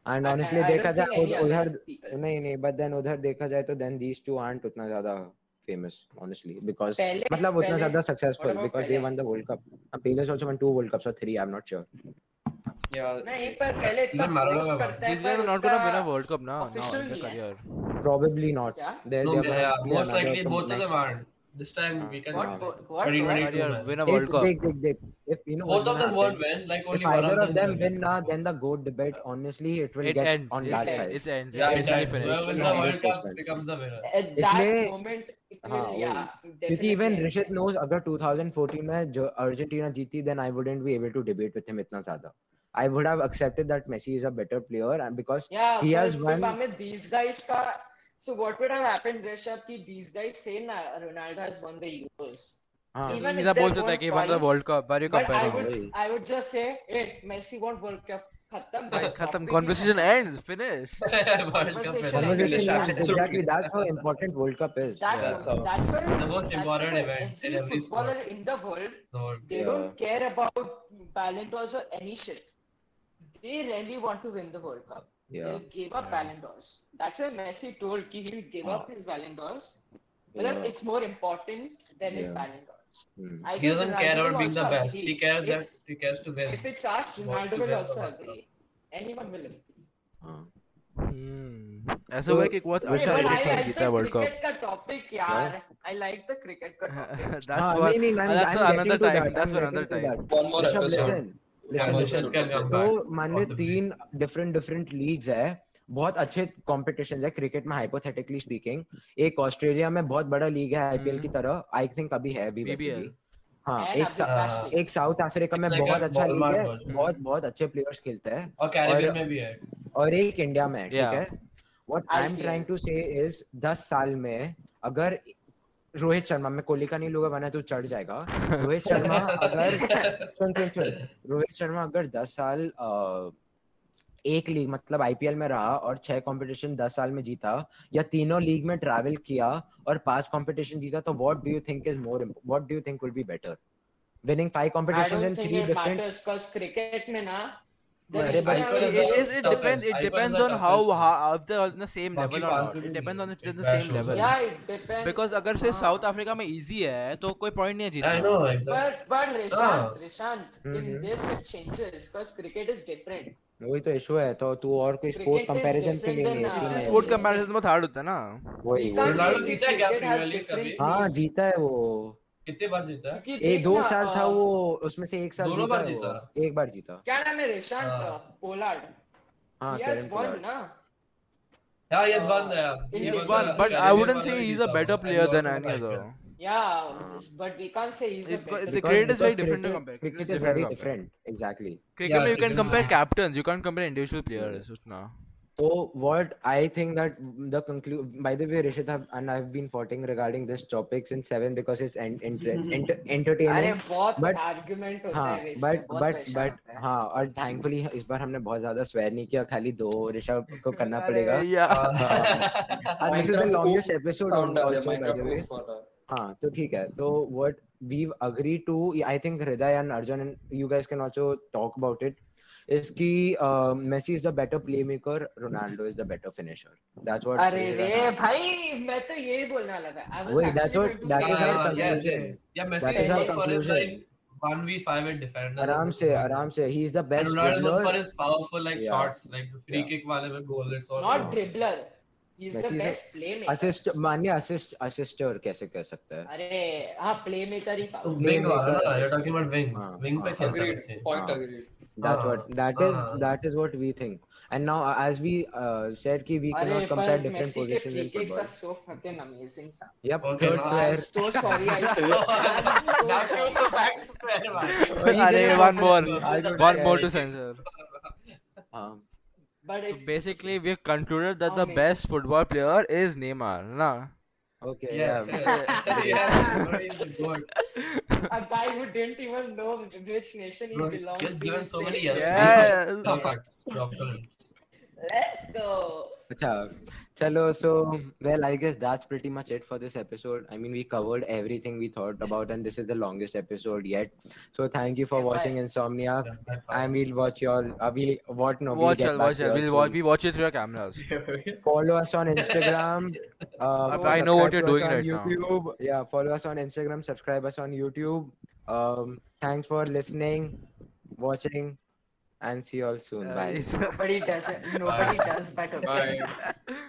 S1: And
S5: I-
S1: honestly,
S5: I, I
S1: देखा
S5: don't
S1: जाए
S5: think any
S1: उध-
S5: other
S1: उधर
S5: people.
S1: नहीं नहीं but then उधर देखा जाए तो then these two aren't उतना ज्यादा famous honestly because
S5: पहले-
S1: मतलब उतना
S5: पहले-
S1: ज्यादा
S5: what
S1: successful
S5: about
S1: because they
S5: पहले?
S1: won the World Cup. Uh, Pele has also won two World Cups or three. I'm not sure.
S4: Yeah.
S5: नहीं पर पहले इतना
S2: Maradona
S5: boast
S2: का बात।
S5: करता है,
S3: These guys
S5: पर
S3: are not gonna win
S5: तो उसका-
S3: a World Cup now. Now
S5: official
S3: in their
S5: नहीं है।
S3: career.
S1: Probably not.
S5: क्या?
S1: They're,
S2: No,
S1: they're
S2: yeah,
S1: gonna
S2: yeah,
S1: be
S2: most
S1: another
S2: likely
S1: from
S2: both of them
S1: next-
S2: aren't. This time we can
S5: What?
S2: say.
S5: What? what?
S2: 2022
S3: Career
S2: man.
S3: win a
S1: If
S3: World Cup.
S1: they- they- they- if you know
S2: Both
S1: what's
S2: of them
S1: gonna
S2: won't
S1: happen,
S2: win. Like
S1: If
S2: only one
S1: either of them
S2: will
S1: win now, then the goat debate honestly it will
S3: It
S1: get
S3: ends.
S1: on
S3: It's,
S1: dark
S5: it-
S1: side.
S3: it's ends. It's
S2: Yeah,
S3: basically
S2: yeah,
S3: finished.
S2: whoever wins the
S1: Yeah,
S2: World Cup
S1: 100%.
S2: becomes the winner.
S5: At uh, that
S1: इसलिए-
S5: moment it
S1: हाँ,
S5: will
S1: वही।
S5: yeah
S1: क्योंकि
S5: definitely
S1: even
S5: end
S1: Rishit
S5: it.
S1: Knows अगर 2014 में जो Argentina जीती then I wouldn't be able to debate with him इतना ज्यादा I would have accepted that Messi is a better player and because
S5: Yeah,
S1: He has
S5: because
S1: won-
S5: Obama, these guys का so what would have happened Rishabh ki these guys say na Ronaldo has won the Euros
S1: हां
S5: even
S3: He's
S5: if
S3: a
S5: they
S3: bolster
S5: won
S3: that he won the
S5: twice,
S3: World Cup. Why are you
S5: but I
S3: comparing?
S5: would
S1: वही।
S5: I would just say hey Messi won World Cup खत्म भाई
S3: Khatam.
S5: topic ही
S3: Conversation
S5: खत्म.
S3: ends. Finished.
S2: World Cup
S5: Conversation
S2: winner.
S5: ends.
S1: Conversation
S4: Finish, absolutely.
S1: Exactly that's how important World Cup is
S5: That,
S3: Yeah.
S4: That's how-
S5: that's why
S2: The most
S5: that's
S2: important
S5: why
S2: event in
S5: every
S2: every sport.
S5: footballer in the world
S2: The World Cup.
S5: they don't care about Ballon d'Ors or any shit they really want to win the World Cup
S1: या
S5: They gave up
S3: Yeah.
S5: Ballon d'Ors. That's why Messi told ki he'll give up his Ballon d'Ors. But
S1: Yeah.
S5: it's more important than his
S1: Yeah.
S5: Ballon d'Ors.
S1: Hmm.
S5: I
S2: He
S5: guess
S2: doesn't care
S5: Ronaldo
S2: about being
S5: also
S2: the best.
S5: agree.
S2: He cares
S5: if,
S2: that he cares to win.
S5: if it's asked,
S2: wants to
S5: Ronaldo will
S2: win the
S5: also
S2: World Cup.
S5: agree. Anyone will agree.
S1: हां
S3: Hmm. ऐसा हुआ है कि एक बहुत
S1: Hey,
S3: अच्छा
S1: but
S5: but I
S3: rated team
S5: like
S3: जीता है
S5: the
S3: वर्ल्ड
S5: cricket का topic, yaar. I like the cricket का topic.
S3: कप
S1: हाँ,
S3: दैट्स व्हाट
S1: नहीं, नहीं, I'm-
S3: that's
S1: I'm
S3: for
S1: getting
S3: another
S1: to
S3: time,
S1: that,
S3: that's
S1: I'm
S3: for
S1: getting
S3: another
S1: to
S3: time.
S1: that.
S4: One more
S1: Rishabh,
S4: episode.
S1: listen,
S2: Yeah,
S1: listen,
S2: World
S1: listen.
S2: Cup can come
S1: तो
S2: back.
S1: मान ले
S2: Possibly.
S1: तीन different different leagues है बहुत अच्छे competition है cricket में hypothetically speaking एक ऑस्ट्रेलिया में बहुत बड़ा लीग है आईपीएल
S2: Hmm.
S1: की तरह आई थिंक अभी है अभी वैसे
S3: BBL.
S1: भी हाँ
S5: And
S1: एक सा-
S5: Abdul Rashid.
S1: एक साउथ अफ्रीका में
S2: It's like
S1: बहुत
S2: a
S1: अच्छा लीग
S2: Walmart
S1: है
S2: version.
S1: बहुत बहुत अच्छे प्लेयर्स खेलते हैं
S2: और कैरेबियन
S1: और-
S2: में भी है
S1: और एक इंडिया में है, ठीक
S3: Yeah.
S1: है what I am
S5: IPL.
S1: Trying to say is 10 साल में अगर रोहित शर्मा मैं कोहली का नहीं लूंगा वरना तू चढ़ जाएगा रोहित शर्मा अगर सुन सुन सुन रोहित शर्मा अगर 10 साल अ, एक लीग मतलब आईपीएल में रहा और छह कंपटीशन 10 साल में जीता या तीनों लीग में ट्रैवल किया और पांच कंपटीशन जीता तो what do you think is more what do you think will be better winning five
S5: I
S1: competitions in
S5: don't think
S1: three
S5: it
S1: different
S5: matters because cricket में ना
S1: अरे भाई,
S3: It, is- it
S2: Toughest.
S3: depends. It
S2: I
S3: depends
S2: find
S3: on
S2: the
S3: how
S2: toughest.
S3: how if they're on the same
S2: बाकी
S3: level or
S2: pass
S3: not.
S2: में भी
S3: It
S2: नहीं
S3: depends on
S2: है,
S3: if they're on the
S2: exact
S3: same
S2: shows
S3: level.
S5: Yeah, it depends.
S3: Because अगर से
S5: हाँ.
S3: South Africa में easy है तो कोई पॉइंट नहीं है जीतने
S2: I
S3: का।
S2: know. Exactly.
S5: But but
S1: हाँ।
S5: Rishant, Rishant, in
S1: Mhm.
S5: this it changes because cricket is different.
S1: वही तो इशू है तो तू और कोई
S5: Cricket
S1: स्पोर्ट
S5: is
S1: कंपैरिजन के
S5: different
S1: लिए
S5: than,
S1: नहीं
S5: uh,
S1: इसीलिए
S3: इसलिए
S1: है
S3: स्पोर्ट
S1: वो।
S3: कंपैरिजन बहुत हार्ड होता है ना
S1: वही
S5: You
S1: वही
S5: can't
S2: Ronaldo
S5: say
S2: जीता
S5: cricket
S2: क्या
S5: has
S2: Premier League
S5: different
S2: कभी?
S1: हाँ
S5: leagues.
S1: जीता है वो
S2: कितने बार जीता है?
S5: क्योंकि
S1: ए
S5: देख
S1: दो
S5: ना,
S1: साल था
S5: uh,
S1: वो उसमें से एक साल
S2: दोनों
S1: जीता
S2: बार
S1: है
S2: जीता।
S1: वो एक बार जीता
S5: क्या नाम है रिशांत
S2: हाँ।
S5: पोलार्ड
S1: हाँ
S5: he has
S1: Karan
S5: won
S1: Pollard
S5: ना
S2: Yeah, he has won.
S5: Uh,
S2: Yeah,
S5: he
S2: He
S5: has
S3: He's
S2: was
S3: one,
S2: a
S3: but I
S2: Canadian
S3: wouldn't
S2: one
S3: say
S2: and
S3: he's a
S2: he
S3: better
S2: won. And he
S3: player
S2: also
S3: than
S2: won
S3: any
S2: the
S3: other.
S2: IPL.
S5: yeah
S1: हाँ।
S5: but we can't say he's a
S3: It-
S5: better
S3: the
S5: player.
S3: grade is very
S1: because
S3: different to
S1: cricket-
S3: compare. Cricket
S1: cricket
S3: is
S1: is
S3: different
S1: very
S3: to compare.
S1: different, exactly.
S3: Cricket में you
S2: cricket
S3: can
S2: में-
S3: compare captains. You can't compare individual players उतना.
S1: So तो what I think that the conclude. By the way, Rishit have, and I've been fighting regarding this topic since seven because it's en- enter- enter-
S5: अरे
S1: entertaining.
S5: बहुत
S1: but-
S5: argument होता
S1: हाँ
S5: है इसमें,
S1: but
S5: बहुत
S1: but
S5: परेशान
S1: but
S5: होता है।
S1: हाँ और थैंकफुली इस बार हमने बहुत ज्यादा स्वेर नहीं किया खाली दो ऋषभ को करना पड़ेगा
S3: Yeah.
S2: हाँ। Uh,
S1: And this is the
S4: Minecraft
S1: longest
S4: oof
S1: episode
S4: Sound डाल दे,
S1: also, by the
S4: Minecraft
S1: way.
S4: oof वाला।
S1: हाँ तो ठीक है तो what we've agreed to I think Hriday and Arjun and you guys can also talk about it is कि uh, Messi is the better playmaker Ronaldo is the better finisher that's what
S5: अरे
S1: Hriday
S5: रे
S1: and Arjun-
S5: भाई मैं तो यही बोलने वाला था I was
S1: वही, that's
S5: actually
S1: what-
S5: going to
S1: that
S5: say
S1: is our
S5: that.
S2: uh, yeah,
S1: conclusion.
S2: yeah. Yeah, Messi
S1: That
S2: is
S5: is our
S2: known for his
S1: conclusion.
S2: like one v five in defender.
S1: आराम से आराम से he is the
S2: And
S1: best
S2: Ronaldo is known for
S1: dribbler
S2: his powerful like
S1: Yeah.
S2: shots, like the free
S1: Yeah.
S2: kick वाले में goal. It's all.
S5: not dribbler he's the
S1: Messi is a-
S5: best playmaker
S1: assist मानिए assist assister कैसे कह सकता है
S5: अरे हाँ playmaker ही
S1: Oh,
S5: पाओ
S2: Wing वाला ना,
S1: Playmaker.
S2: you're talking about wing.
S1: हाँ,
S2: Wing पे
S1: हाँ,
S2: खेलता है
S4: Agreed.
S2: Messi.
S4: Point
S1: हाँ.
S4: agreed.
S1: that's
S2: हाँ,
S1: what that is
S2: हाँ.
S1: that is what we think and now uh, as we uh, said कि we
S5: अरे
S1: cannot compare
S5: पर
S1: different
S5: मेसी के
S1: positions
S5: free
S1: in
S5: kicks
S1: football
S5: are so fucking amazing son.
S1: yep
S2: Okay,
S1: third
S2: now
S1: swear
S5: I'm so sorry I said
S2: Now
S5: that.
S2: go back to square one.
S3: अरे one more,
S1: I don't
S3: one more
S1: care.
S3: to censor.
S1: Um,
S5: But
S3: So
S5: it-
S3: basically, we have concluded that
S5: Oh,
S3: the
S5: mate.
S3: best football player is Neymar, na?
S1: Okay,
S2: Yes,
S1: yeah.
S2: yes, yes, yes, bro, he's a goat.
S5: a guy who didn't even know which nation he
S2: Bro,
S5: belongs
S2: he's
S5: to.
S2: given
S5: is
S2: so many
S5: saying,
S2: Yes.
S3: Yeah.
S2: Top facts, top facts.
S5: Let's go.
S1: Acha, chalo, so well, I guess that's pretty much it for this episode. I mean, we covered everything we thought about, and this is the longest episode yet. So thank you for
S5: Yeah, bye.
S1: watching Insomniac.
S2: That's my fact.
S1: And we'll watch y'all. Uh, we'll what no,
S3: watch
S1: we'll
S3: it,
S1: get back
S3: watch
S1: to
S3: it.
S1: y'all
S3: We'll watch.
S1: soon.
S3: We watch it through your cameras.
S1: Follow us on Instagram. Uh,
S3: I- I know
S1: subscribe
S3: what you're
S1: to us
S3: doing
S1: on
S3: right now.
S1: YouTube. now. Yeah, follow us on Instagram. Subscribe us on YouTube. Um, thanks for listening, watching, and see y'all soon. Bye.
S3: Uh,
S5: Nobody does it. Nobody does better.
S4: Bye.
S3: it's-